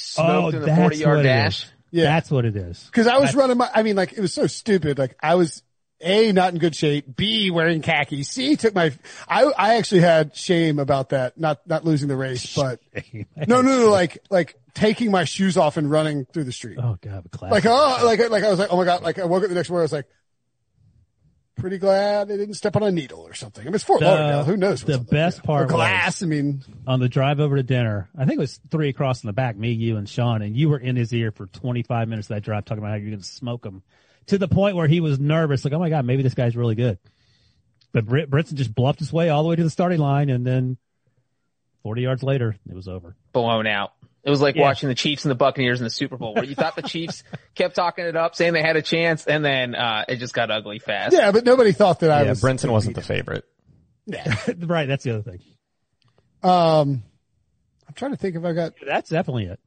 Speaker 3: smoked in the
Speaker 2: that's
Speaker 3: 40
Speaker 2: what
Speaker 3: yard
Speaker 2: it
Speaker 3: dash.
Speaker 2: is.
Speaker 1: Yeah.
Speaker 2: That's what it is.
Speaker 1: because I was running my. I mean, like it was so stupid. Like I was a not in good shape. B wearing khaki. C took my. I I actually had shame about that. Not not losing the race, but no, no, no. Like like taking my shoes off and running through the street.
Speaker 2: Oh god, class.
Speaker 1: like oh like like I was like oh my god like I woke up the next morning I was like pretty glad I didn't step on a needle or something. I mean it's Fort
Speaker 2: The-
Speaker 1: Lauderdale, who knows?
Speaker 2: the
Speaker 1: up
Speaker 2: best
Speaker 1: there.
Speaker 2: part
Speaker 1: Or glass. I mean
Speaker 2: on the drive over to dinner, I think it was three across in the back, me, you, and Sean, and you were in his ear for 25 minutes of that drive talking about how you're going to smoke him to the point where he was nervous, like, oh my God, maybe this guy's really good. But Br- Brinson just bluffed his way all the way to the starting line, and then 40 yards later, it was over.
Speaker 3: Blown out. It was like
Speaker 2: Yeah.
Speaker 3: watching the Chiefs and the Buccaneers in the Super Bowl where you thought the Chiefs kept talking it up, saying they had a chance, and then, uh, it just got ugly fast.
Speaker 1: yeah, but nobody thought that I
Speaker 4: Yeah,
Speaker 1: was
Speaker 4: Brinson wasn't the favorite.
Speaker 2: right, that's the other thing.
Speaker 1: um I'm trying to think if I got
Speaker 2: That's definitely it.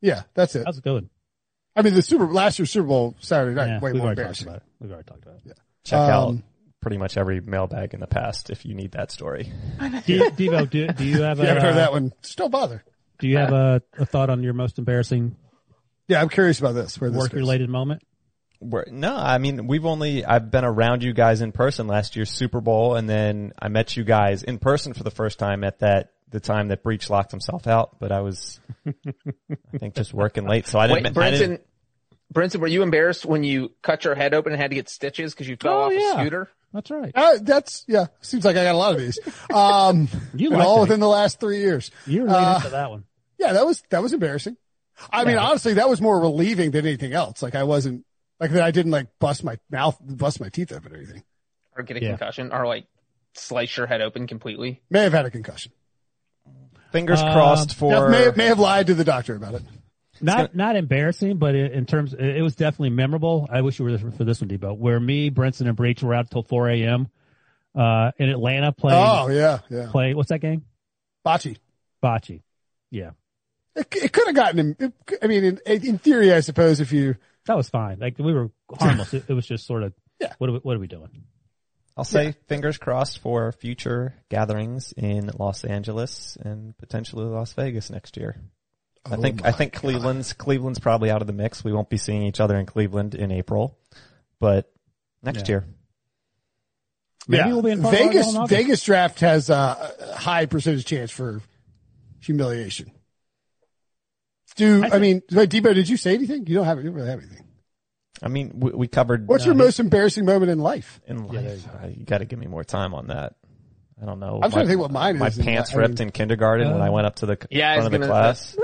Speaker 1: yeah, that's it.
Speaker 2: That was good.
Speaker 1: I mean the Super last year's Super Bowl Saturday night,
Speaker 2: Yeah,
Speaker 1: way
Speaker 2: we've
Speaker 1: more
Speaker 2: already talked
Speaker 1: embarrassing.
Speaker 2: about it. We've already talked about it.
Speaker 4: Check out
Speaker 1: Um,
Speaker 4: pretty much every mailbag in the past if you need that story.
Speaker 2: De- Devo, do, do you have
Speaker 1: You haven't
Speaker 2: a,
Speaker 1: heard that one. Still bother.
Speaker 2: do you have a, a thought on your most embarrassing
Speaker 1: Yeah, I'm curious about this. Where this
Speaker 2: work
Speaker 1: goes.
Speaker 2: related moment?
Speaker 4: We're, no, I mean we've only I've been around you guys in person last year's Super Bowl, and then I met you guys in person for the first time at that the time that Breach locked himself out. But I was, I think, just working late, so I
Speaker 3: Wait,
Speaker 4: didn't. I didn't-
Speaker 3: Brinson, Brinson, were you embarrassed when you cut your head open and had to get stitches because you fell
Speaker 2: Oh,
Speaker 3: off
Speaker 2: yeah.
Speaker 3: a scooter?
Speaker 2: That's right.
Speaker 1: Uh, that's yeah. Seems like I got a lot of these. Um,
Speaker 2: You
Speaker 1: and
Speaker 2: like
Speaker 1: all
Speaker 2: that.
Speaker 1: within the last three years.
Speaker 2: You're leaning
Speaker 1: Uh,
Speaker 2: to that one.
Speaker 1: Yeah, that was that was embarrassing. I mean, honestly, that was more relieving than anything else. Like I wasn't like that. I didn't like bust my mouth, bust my teeth open or anything.
Speaker 3: Or get a
Speaker 2: Yeah.
Speaker 3: concussion? Or like slice your head open completely?
Speaker 1: May have had a concussion.
Speaker 4: fingers
Speaker 2: Um,
Speaker 4: crossed for.
Speaker 1: Yeah, may, may have lied to the doctor about it.
Speaker 4: gonna-
Speaker 2: not not embarrassing, but in in terms, it was definitely memorable. I wish you were there for this one, Debo. Where me, Brinson, and Breach were out till 4 a.m. Uh, in Atlanta playing
Speaker 1: Oh yeah, yeah.
Speaker 2: play. What's that game?
Speaker 1: Bocce.
Speaker 2: Bocce. Yeah,
Speaker 1: It, it could have gotten him. It, I mean, in, in theory, I suppose if you
Speaker 2: that was fine. Like we were harmless. it, it was just sort of.
Speaker 1: Yeah.
Speaker 2: What are we, what are we doing?
Speaker 4: I'll say fingers crossed for future gatherings in Los Angeles and potentially Las Vegas next year. I think I think Cleveland's Cleveland's probably out of the mix. We won't be seeing each other in Cleveland in April, but next year.
Speaker 2: Maybe
Speaker 1: yeah.
Speaker 2: we'll be in Fort Lauderdale
Speaker 1: Vegas.
Speaker 2: in August.
Speaker 1: Vegas draft has uh, a high percentage chance for humiliation. Do
Speaker 2: I
Speaker 1: I, mean, wait, Debo? Did you say anything? You don't have. You don't really have anything.
Speaker 4: I mean, we, we covered uh,
Speaker 1: What's your most embarrassing moment in life?
Speaker 4: in life. Uh, you got to give me more time on that. I don't know.
Speaker 1: I'm trying to think what mine
Speaker 4: My
Speaker 1: is in
Speaker 4: pants
Speaker 1: li- I
Speaker 4: ripped in kindergarten when I went up to the c-
Speaker 3: Yeah, I
Speaker 4: front
Speaker 3: was
Speaker 4: of the
Speaker 3: gonna.
Speaker 4: class.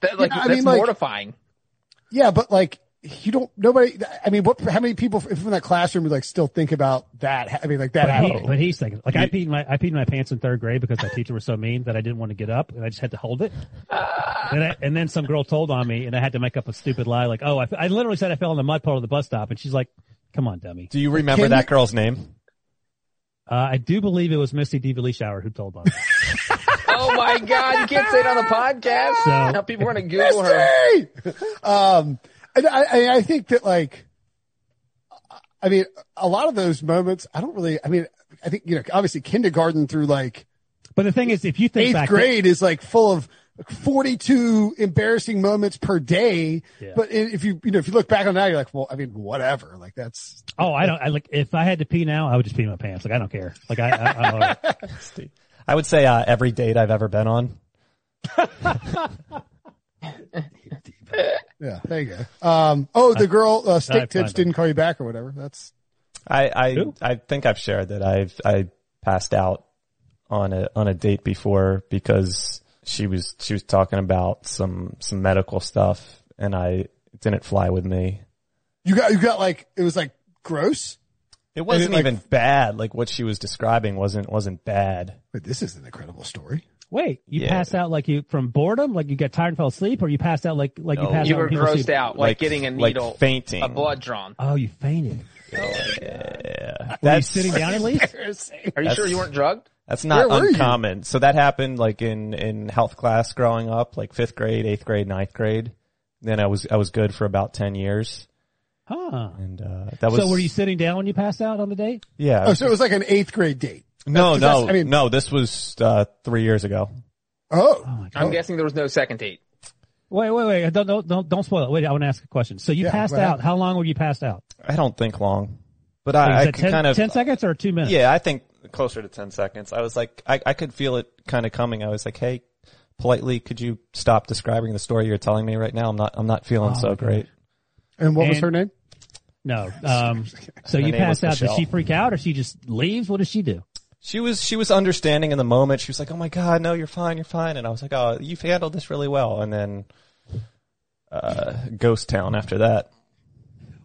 Speaker 3: That, like,
Speaker 1: Yeah, I
Speaker 3: that's
Speaker 1: mean, like-
Speaker 3: mortifying.
Speaker 1: Yeah, but like you don't. Nobody. I mean, what? How many people from that classroom would like still think about that? I mean, like that.
Speaker 2: But, he,
Speaker 1: happening?
Speaker 2: but he's thinking, like I peed my I peed my pants in third grade because my teacher was so mean that I didn't want to get up and I just had to hold it. and, I, and then some girl told on me and I had to make up a stupid lie like, oh, I, I literally said I fell in the mud puddle at the bus stop, and she's like, come on, dummy.
Speaker 4: Do you remember
Speaker 1: Can
Speaker 4: that
Speaker 1: you-
Speaker 4: girl's name?
Speaker 2: Uh, I do believe it was Misty DeVille Shower who told on me.
Speaker 3: Oh my god, you can't say it on the podcast.
Speaker 2: So-
Speaker 3: now people are gonna Google her.
Speaker 1: um, and I, I, I think that like, I mean, a lot of those moments, I don't really, I mean, I think, you know, obviously kindergarten through like
Speaker 2: But the thing is, if you think
Speaker 1: eighth
Speaker 2: back,
Speaker 1: grade is like full of 42 embarrassing moments per day.
Speaker 2: Yeah.
Speaker 1: But i- if you, you know, if you look back on that, you're like, well, I mean, whatever. Like that's,
Speaker 2: oh, I don't. I like if I had to pee now, I would just pee my pants. Like I don't care. Like I, I, I don't know.
Speaker 4: I would say uh, every date I've ever been on.
Speaker 1: yeah, there you go. Um, oh, the girl, uh, stick
Speaker 2: I find
Speaker 1: tips
Speaker 2: that-
Speaker 1: didn't call you back or whatever. That's,
Speaker 4: I I,
Speaker 2: Who?
Speaker 4: I think I've shared that I've I passed out on a on a date before because she was she was talking about some some medical stuff and I it didn't fly with me.
Speaker 1: you got, you got like, it was like gross.
Speaker 4: It wasn't
Speaker 1: like-
Speaker 4: even bad. Like what she was describing wasn't wasn't bad.
Speaker 1: But this is an incredible story.
Speaker 2: wait. You
Speaker 4: Yeah.
Speaker 2: pass out like you from boredom, like you got tired and fell asleep, or you passed out like like
Speaker 4: No.
Speaker 2: you passed out.
Speaker 3: You
Speaker 4: You
Speaker 3: were
Speaker 2: when people
Speaker 3: grossed
Speaker 2: see-
Speaker 3: out, like, getting a
Speaker 4: like
Speaker 3: needle,
Speaker 4: fainting.
Speaker 3: a blood drawn.
Speaker 2: Oh, you fainted. Were you
Speaker 4: That's
Speaker 2: sitting down at least?
Speaker 3: Are you sure you weren't drugged?
Speaker 4: that's not
Speaker 1: Where were you?
Speaker 4: uncommon. So that happened like in in health class growing up, like fifth grade, eighth grade, ninth grade. Then I was I was good for about ten years,
Speaker 2: Huh.
Speaker 4: and uh, that was.
Speaker 2: So were you sitting down when you passed out on the date?
Speaker 4: Yeah.
Speaker 1: Oh, so it was like an eighth grade date.
Speaker 4: No,
Speaker 1: That's-
Speaker 4: no,
Speaker 1: that's- I mean-
Speaker 4: no. This was uh, three years ago.
Speaker 1: Oh,
Speaker 3: I'm guessing there was no second date.
Speaker 2: Wait, wait, wait. Don't don't don't, don't spoil it. Wait, I want to ask a question. So you
Speaker 1: Yeah,
Speaker 2: passed
Speaker 1: what
Speaker 2: out.
Speaker 1: happened?
Speaker 2: How long were you passed out?
Speaker 4: I don't think long, but
Speaker 2: Like,
Speaker 4: I,
Speaker 2: is
Speaker 4: I
Speaker 2: that
Speaker 4: could
Speaker 2: 10,
Speaker 4: kind of
Speaker 2: 10 seconds or two minutes?
Speaker 4: Yeah, I think closer to ten seconds. I was like, I, I could feel it kind of coming. I was like, hey, politely, could you stop describing the story you're telling me right now? I'm not, I'm not
Speaker 2: Oh,
Speaker 4: feeling so great.
Speaker 1: and what was
Speaker 2: And-
Speaker 1: her name?
Speaker 2: No. Um, so
Speaker 4: Her
Speaker 2: you
Speaker 4: name was
Speaker 2: passed out. Did
Speaker 4: Michelle.
Speaker 2: she freak out or she just leaves? What does she do?
Speaker 4: She was, she was understanding in the moment. She was like, oh my god, no, you're fine, you're fine. And I was like, oh, you've handled this really well. And then, uh, ghost town after that.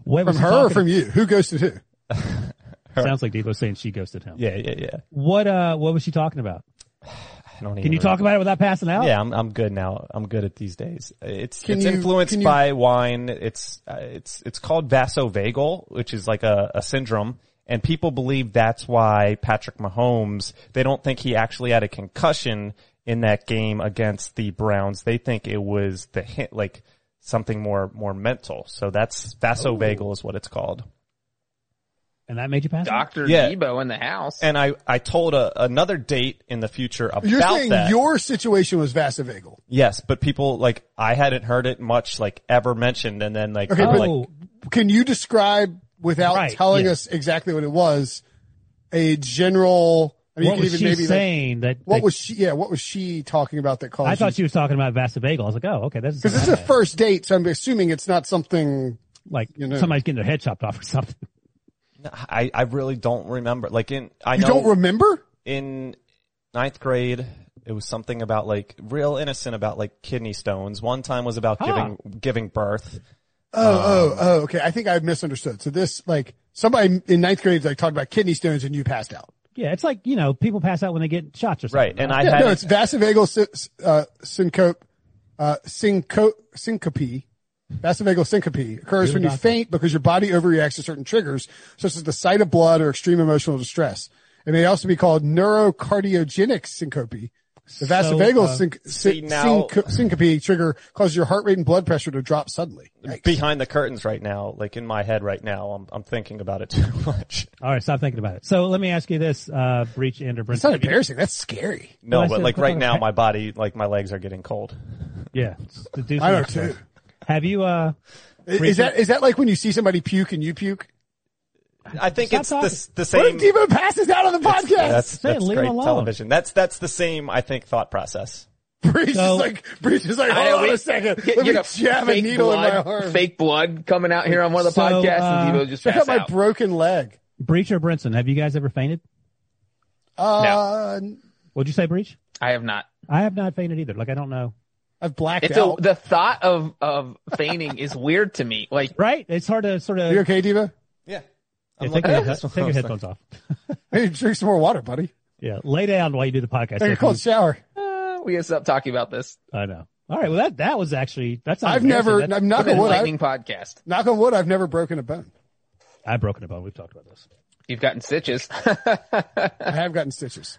Speaker 2: Wait,
Speaker 1: From her or from you? Who ghosted who?
Speaker 2: Sounds like Debo saying she ghosted him.
Speaker 4: Yeah, yeah, yeah.
Speaker 2: What uh? What was she talking about?
Speaker 4: I don't
Speaker 2: Can
Speaker 4: even
Speaker 2: you talk about it without passing out?
Speaker 4: Yeah, I'm I'm good now. I'm good at these days. It's
Speaker 1: Oh. Can
Speaker 4: it's
Speaker 1: you-
Speaker 4: influenced
Speaker 1: can you-
Speaker 4: by wine. It's uh, it's it's called vasovagal, which is like a, a syndrome, and people believe that's why Patrick Mahomes. They don't think he actually had a concussion in that game against the Browns. They think it was the hit, like something more more mental. So that's vasovagal
Speaker 1: Oh.
Speaker 4: is what it's called.
Speaker 2: And that made you pass out.
Speaker 3: Dr.
Speaker 4: Yeah.
Speaker 3: Debo in the house.
Speaker 4: And I I told a, another date in the future about
Speaker 1: You're saying
Speaker 4: that.
Speaker 1: your situation was vasovagal.
Speaker 4: Yes, but people like I hadn't heard it much like ever mentioned, and then like
Speaker 1: Okay,
Speaker 4: I'm
Speaker 1: but-
Speaker 4: like,
Speaker 2: Oh,
Speaker 1: Can you describe without
Speaker 2: Right,
Speaker 1: telling
Speaker 2: yeah.
Speaker 1: us exactly what it was? A general. I mean,
Speaker 2: what
Speaker 1: you
Speaker 2: was
Speaker 1: can even
Speaker 2: she
Speaker 1: maybe like-
Speaker 2: saying that?
Speaker 1: what
Speaker 2: that-
Speaker 1: was she? Yeah, what was she talking about that caused?
Speaker 2: I thought she was talking about Vasovagal. I was like, oh, okay, that's
Speaker 1: because this is a first date, so I'm assuming it's not something.
Speaker 2: like
Speaker 1: you know.
Speaker 2: somebody's getting their head chopped off or something.
Speaker 4: I I really don't remember. Like in I
Speaker 1: You
Speaker 4: know
Speaker 1: don't remember?
Speaker 4: in ninth grade it was something about like real innocent about like kidney stones. One time was
Speaker 1: Ah.
Speaker 4: about
Speaker 2: Huh.
Speaker 4: giving giving birth.
Speaker 2: Uh,
Speaker 1: Oh, oh, oh. Okay, I think I misunderstood. So this, like, somebody in ninth grade like talked about kidney stones, and you passed out.
Speaker 2: Yeah, it's like you know, people pass out when they get shots or something.
Speaker 4: Right, and I
Speaker 1: Yeah,
Speaker 4: had
Speaker 1: no, it's vasovagal sy- uh, syncope, uh, synco- syncope. Vasovagal syncope occurs when you faint because your body overreacts to certain triggers, such as the sight of blood or extreme emotional distress. It may also be called neurocardiogenic syncope. The vasovagal
Speaker 2: uh,
Speaker 1: sync-
Speaker 4: see,
Speaker 1: syn-
Speaker 4: now-
Speaker 1: synco- syncope trigger causes your heart rate and blood pressure to drop suddenly. Yikes.
Speaker 4: behind the curtains right now, like in my head right now. I'm I'm thinking about it too much.
Speaker 2: All right, stop thinking about it. So let me ask you this, uh, Breach and or
Speaker 1: It's not
Speaker 2: Brinson.
Speaker 1: embarrassing. That's scary.
Speaker 4: No,
Speaker 2: I
Speaker 4: but
Speaker 2: said-
Speaker 4: like right now, my body, like my legs are getting cold.
Speaker 2: Yeah, the dude's
Speaker 1: I know
Speaker 2: next door.
Speaker 1: too.
Speaker 2: Have you? uh
Speaker 1: Is that, is that like when you see somebody puke and you puke?
Speaker 4: I think
Speaker 2: Stop
Speaker 4: it's the,
Speaker 2: talking.
Speaker 4: s- the
Speaker 1: What
Speaker 4: same.
Speaker 1: if Devo passes out on the podcast?
Speaker 4: That's,
Speaker 2: Say it,
Speaker 4: that's
Speaker 2: leave it
Speaker 4: great
Speaker 2: alone.
Speaker 4: television. That's that's the same, I think, thought process.
Speaker 1: Breach is
Speaker 2: So-
Speaker 1: like, Breach is like,
Speaker 3: I
Speaker 1: hold
Speaker 3: know,
Speaker 1: on
Speaker 3: wait,
Speaker 1: a second.
Speaker 3: get-
Speaker 1: Let
Speaker 3: get
Speaker 1: me
Speaker 3: a
Speaker 1: jab a
Speaker 3: fake
Speaker 1: needle in my
Speaker 3: blood-
Speaker 1: arm.
Speaker 3: Fake blood coming out here on one of the
Speaker 2: So,
Speaker 3: podcasts, and
Speaker 2: uh,
Speaker 3: Devo just
Speaker 1: Check out
Speaker 3: passed
Speaker 1: my
Speaker 3: out.
Speaker 1: broken leg.
Speaker 2: Breach or Brinson? Have you guys ever fainted?
Speaker 1: Uh,
Speaker 2: Would you say Breach?
Speaker 3: I have not.
Speaker 2: I have not fainted either. Like I don't know.
Speaker 1: I've blacked
Speaker 3: It's a,
Speaker 1: out.
Speaker 3: the thought of of feigning is weird to me. Like
Speaker 2: Right? It's hard to sort of
Speaker 1: you okay, Diva?
Speaker 4: Yeah.
Speaker 2: Yeah,
Speaker 4: I'm
Speaker 2: take,
Speaker 4: looking
Speaker 2: your,
Speaker 4: at this one.
Speaker 2: take your headphones off.
Speaker 1: Hey, drink some more water, buddy.
Speaker 2: Yeah, lay down while you do the podcast.
Speaker 1: Take a cold shower.
Speaker 3: uh, we gotta stop talking about this.
Speaker 2: I know. All right. Well, that that was actually that's. Not
Speaker 1: I've
Speaker 2: embarrassing.
Speaker 1: never,
Speaker 2: That's-
Speaker 1: I'm knock
Speaker 3: What
Speaker 1: on
Speaker 3: an
Speaker 1: wood. I've,
Speaker 3: enlightening podcast.
Speaker 1: knock on wood. I've never broken a bone.
Speaker 2: I've broken a bone. We've talked about this.
Speaker 3: You've gotten stitches.
Speaker 1: I have gotten stitches.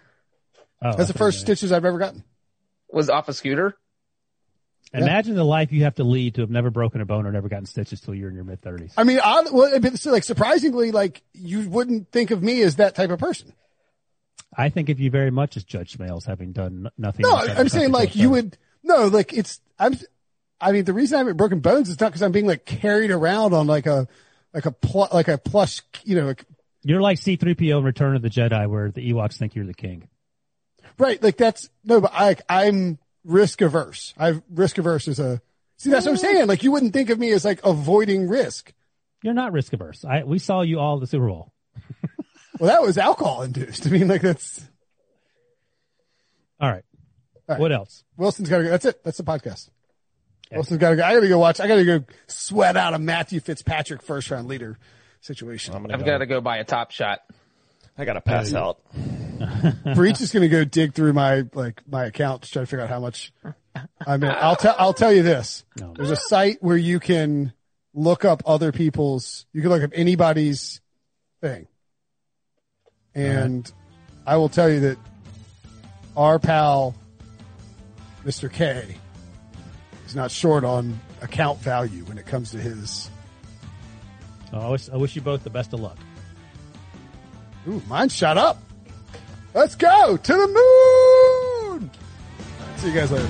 Speaker 2: Oh,
Speaker 1: That's the
Speaker 2: okay.
Speaker 1: first stitches I've ever gotten.
Speaker 3: Was off a scooter.
Speaker 2: Imagine the life you have to lead to have never broken a bone or never gotten stitches till you're in your mid thirties.
Speaker 1: I mean, odd, well, it'd be- so, like surprisingly, like you wouldn't think of me as that type of person.
Speaker 2: I think of you very much as Judge Smales, having done n- nothing.
Speaker 1: No,
Speaker 2: inside the
Speaker 1: I'm saying
Speaker 2: comfort
Speaker 1: like
Speaker 2: zone.
Speaker 1: you would. No, like it's. I'm. I mean, the reason I haven't broken bones is not because I'm being like carried around on like a, like a pl- like a plush, you know, like,
Speaker 2: You're like C-3PO in Return of the Jedi, where the Ewoks think you're the king.
Speaker 1: right? Like that's no, but I I'm risk averse. I've risk averse is a. See, that's what I'm saying. Like you wouldn't think of me as like avoiding risk.
Speaker 2: You're not risk averse. I we saw you all at the Super Bowl.
Speaker 1: Well, that was alcohol induced. I mean, like that's
Speaker 2: All right.
Speaker 1: right.
Speaker 2: What else?
Speaker 1: Wilson's got to go. That's it. That's the podcast. Wilson's got to go. I got to go watch. I got to go sweat out a Matthew Fitzpatrick first round leader situation.
Speaker 4: I'm gonna
Speaker 3: I've
Speaker 4: go.
Speaker 3: got to go buy a top shot.
Speaker 4: I gotta pass out.
Speaker 1: Breach is going to go dig through my like my account to try to figure out how much. I mean, I'll tell I'll tell you this.
Speaker 2: No.
Speaker 1: There's a site where you can look up other people's. You can look up anybody's thing, and I will tell you that our pal, Mister K, is not short on account value when it comes to his.
Speaker 2: Oh, I wish I wish you both the best of luck.
Speaker 1: Ooh, mine shot up. Let's go to the moon. See you guys later.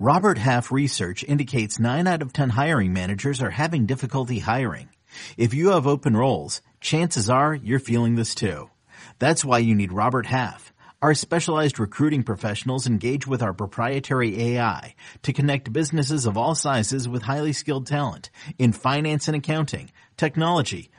Speaker 6: Robert Half research indicates 9 out of 10 hiring managers are having difficulty hiring. If you have open roles, chances are you're feeling this too. That's why you need Robert Half. Our specialized recruiting professionals engage with our proprietary AI to connect businesses of all sizes with highly skilled talent in finance and accounting, technology,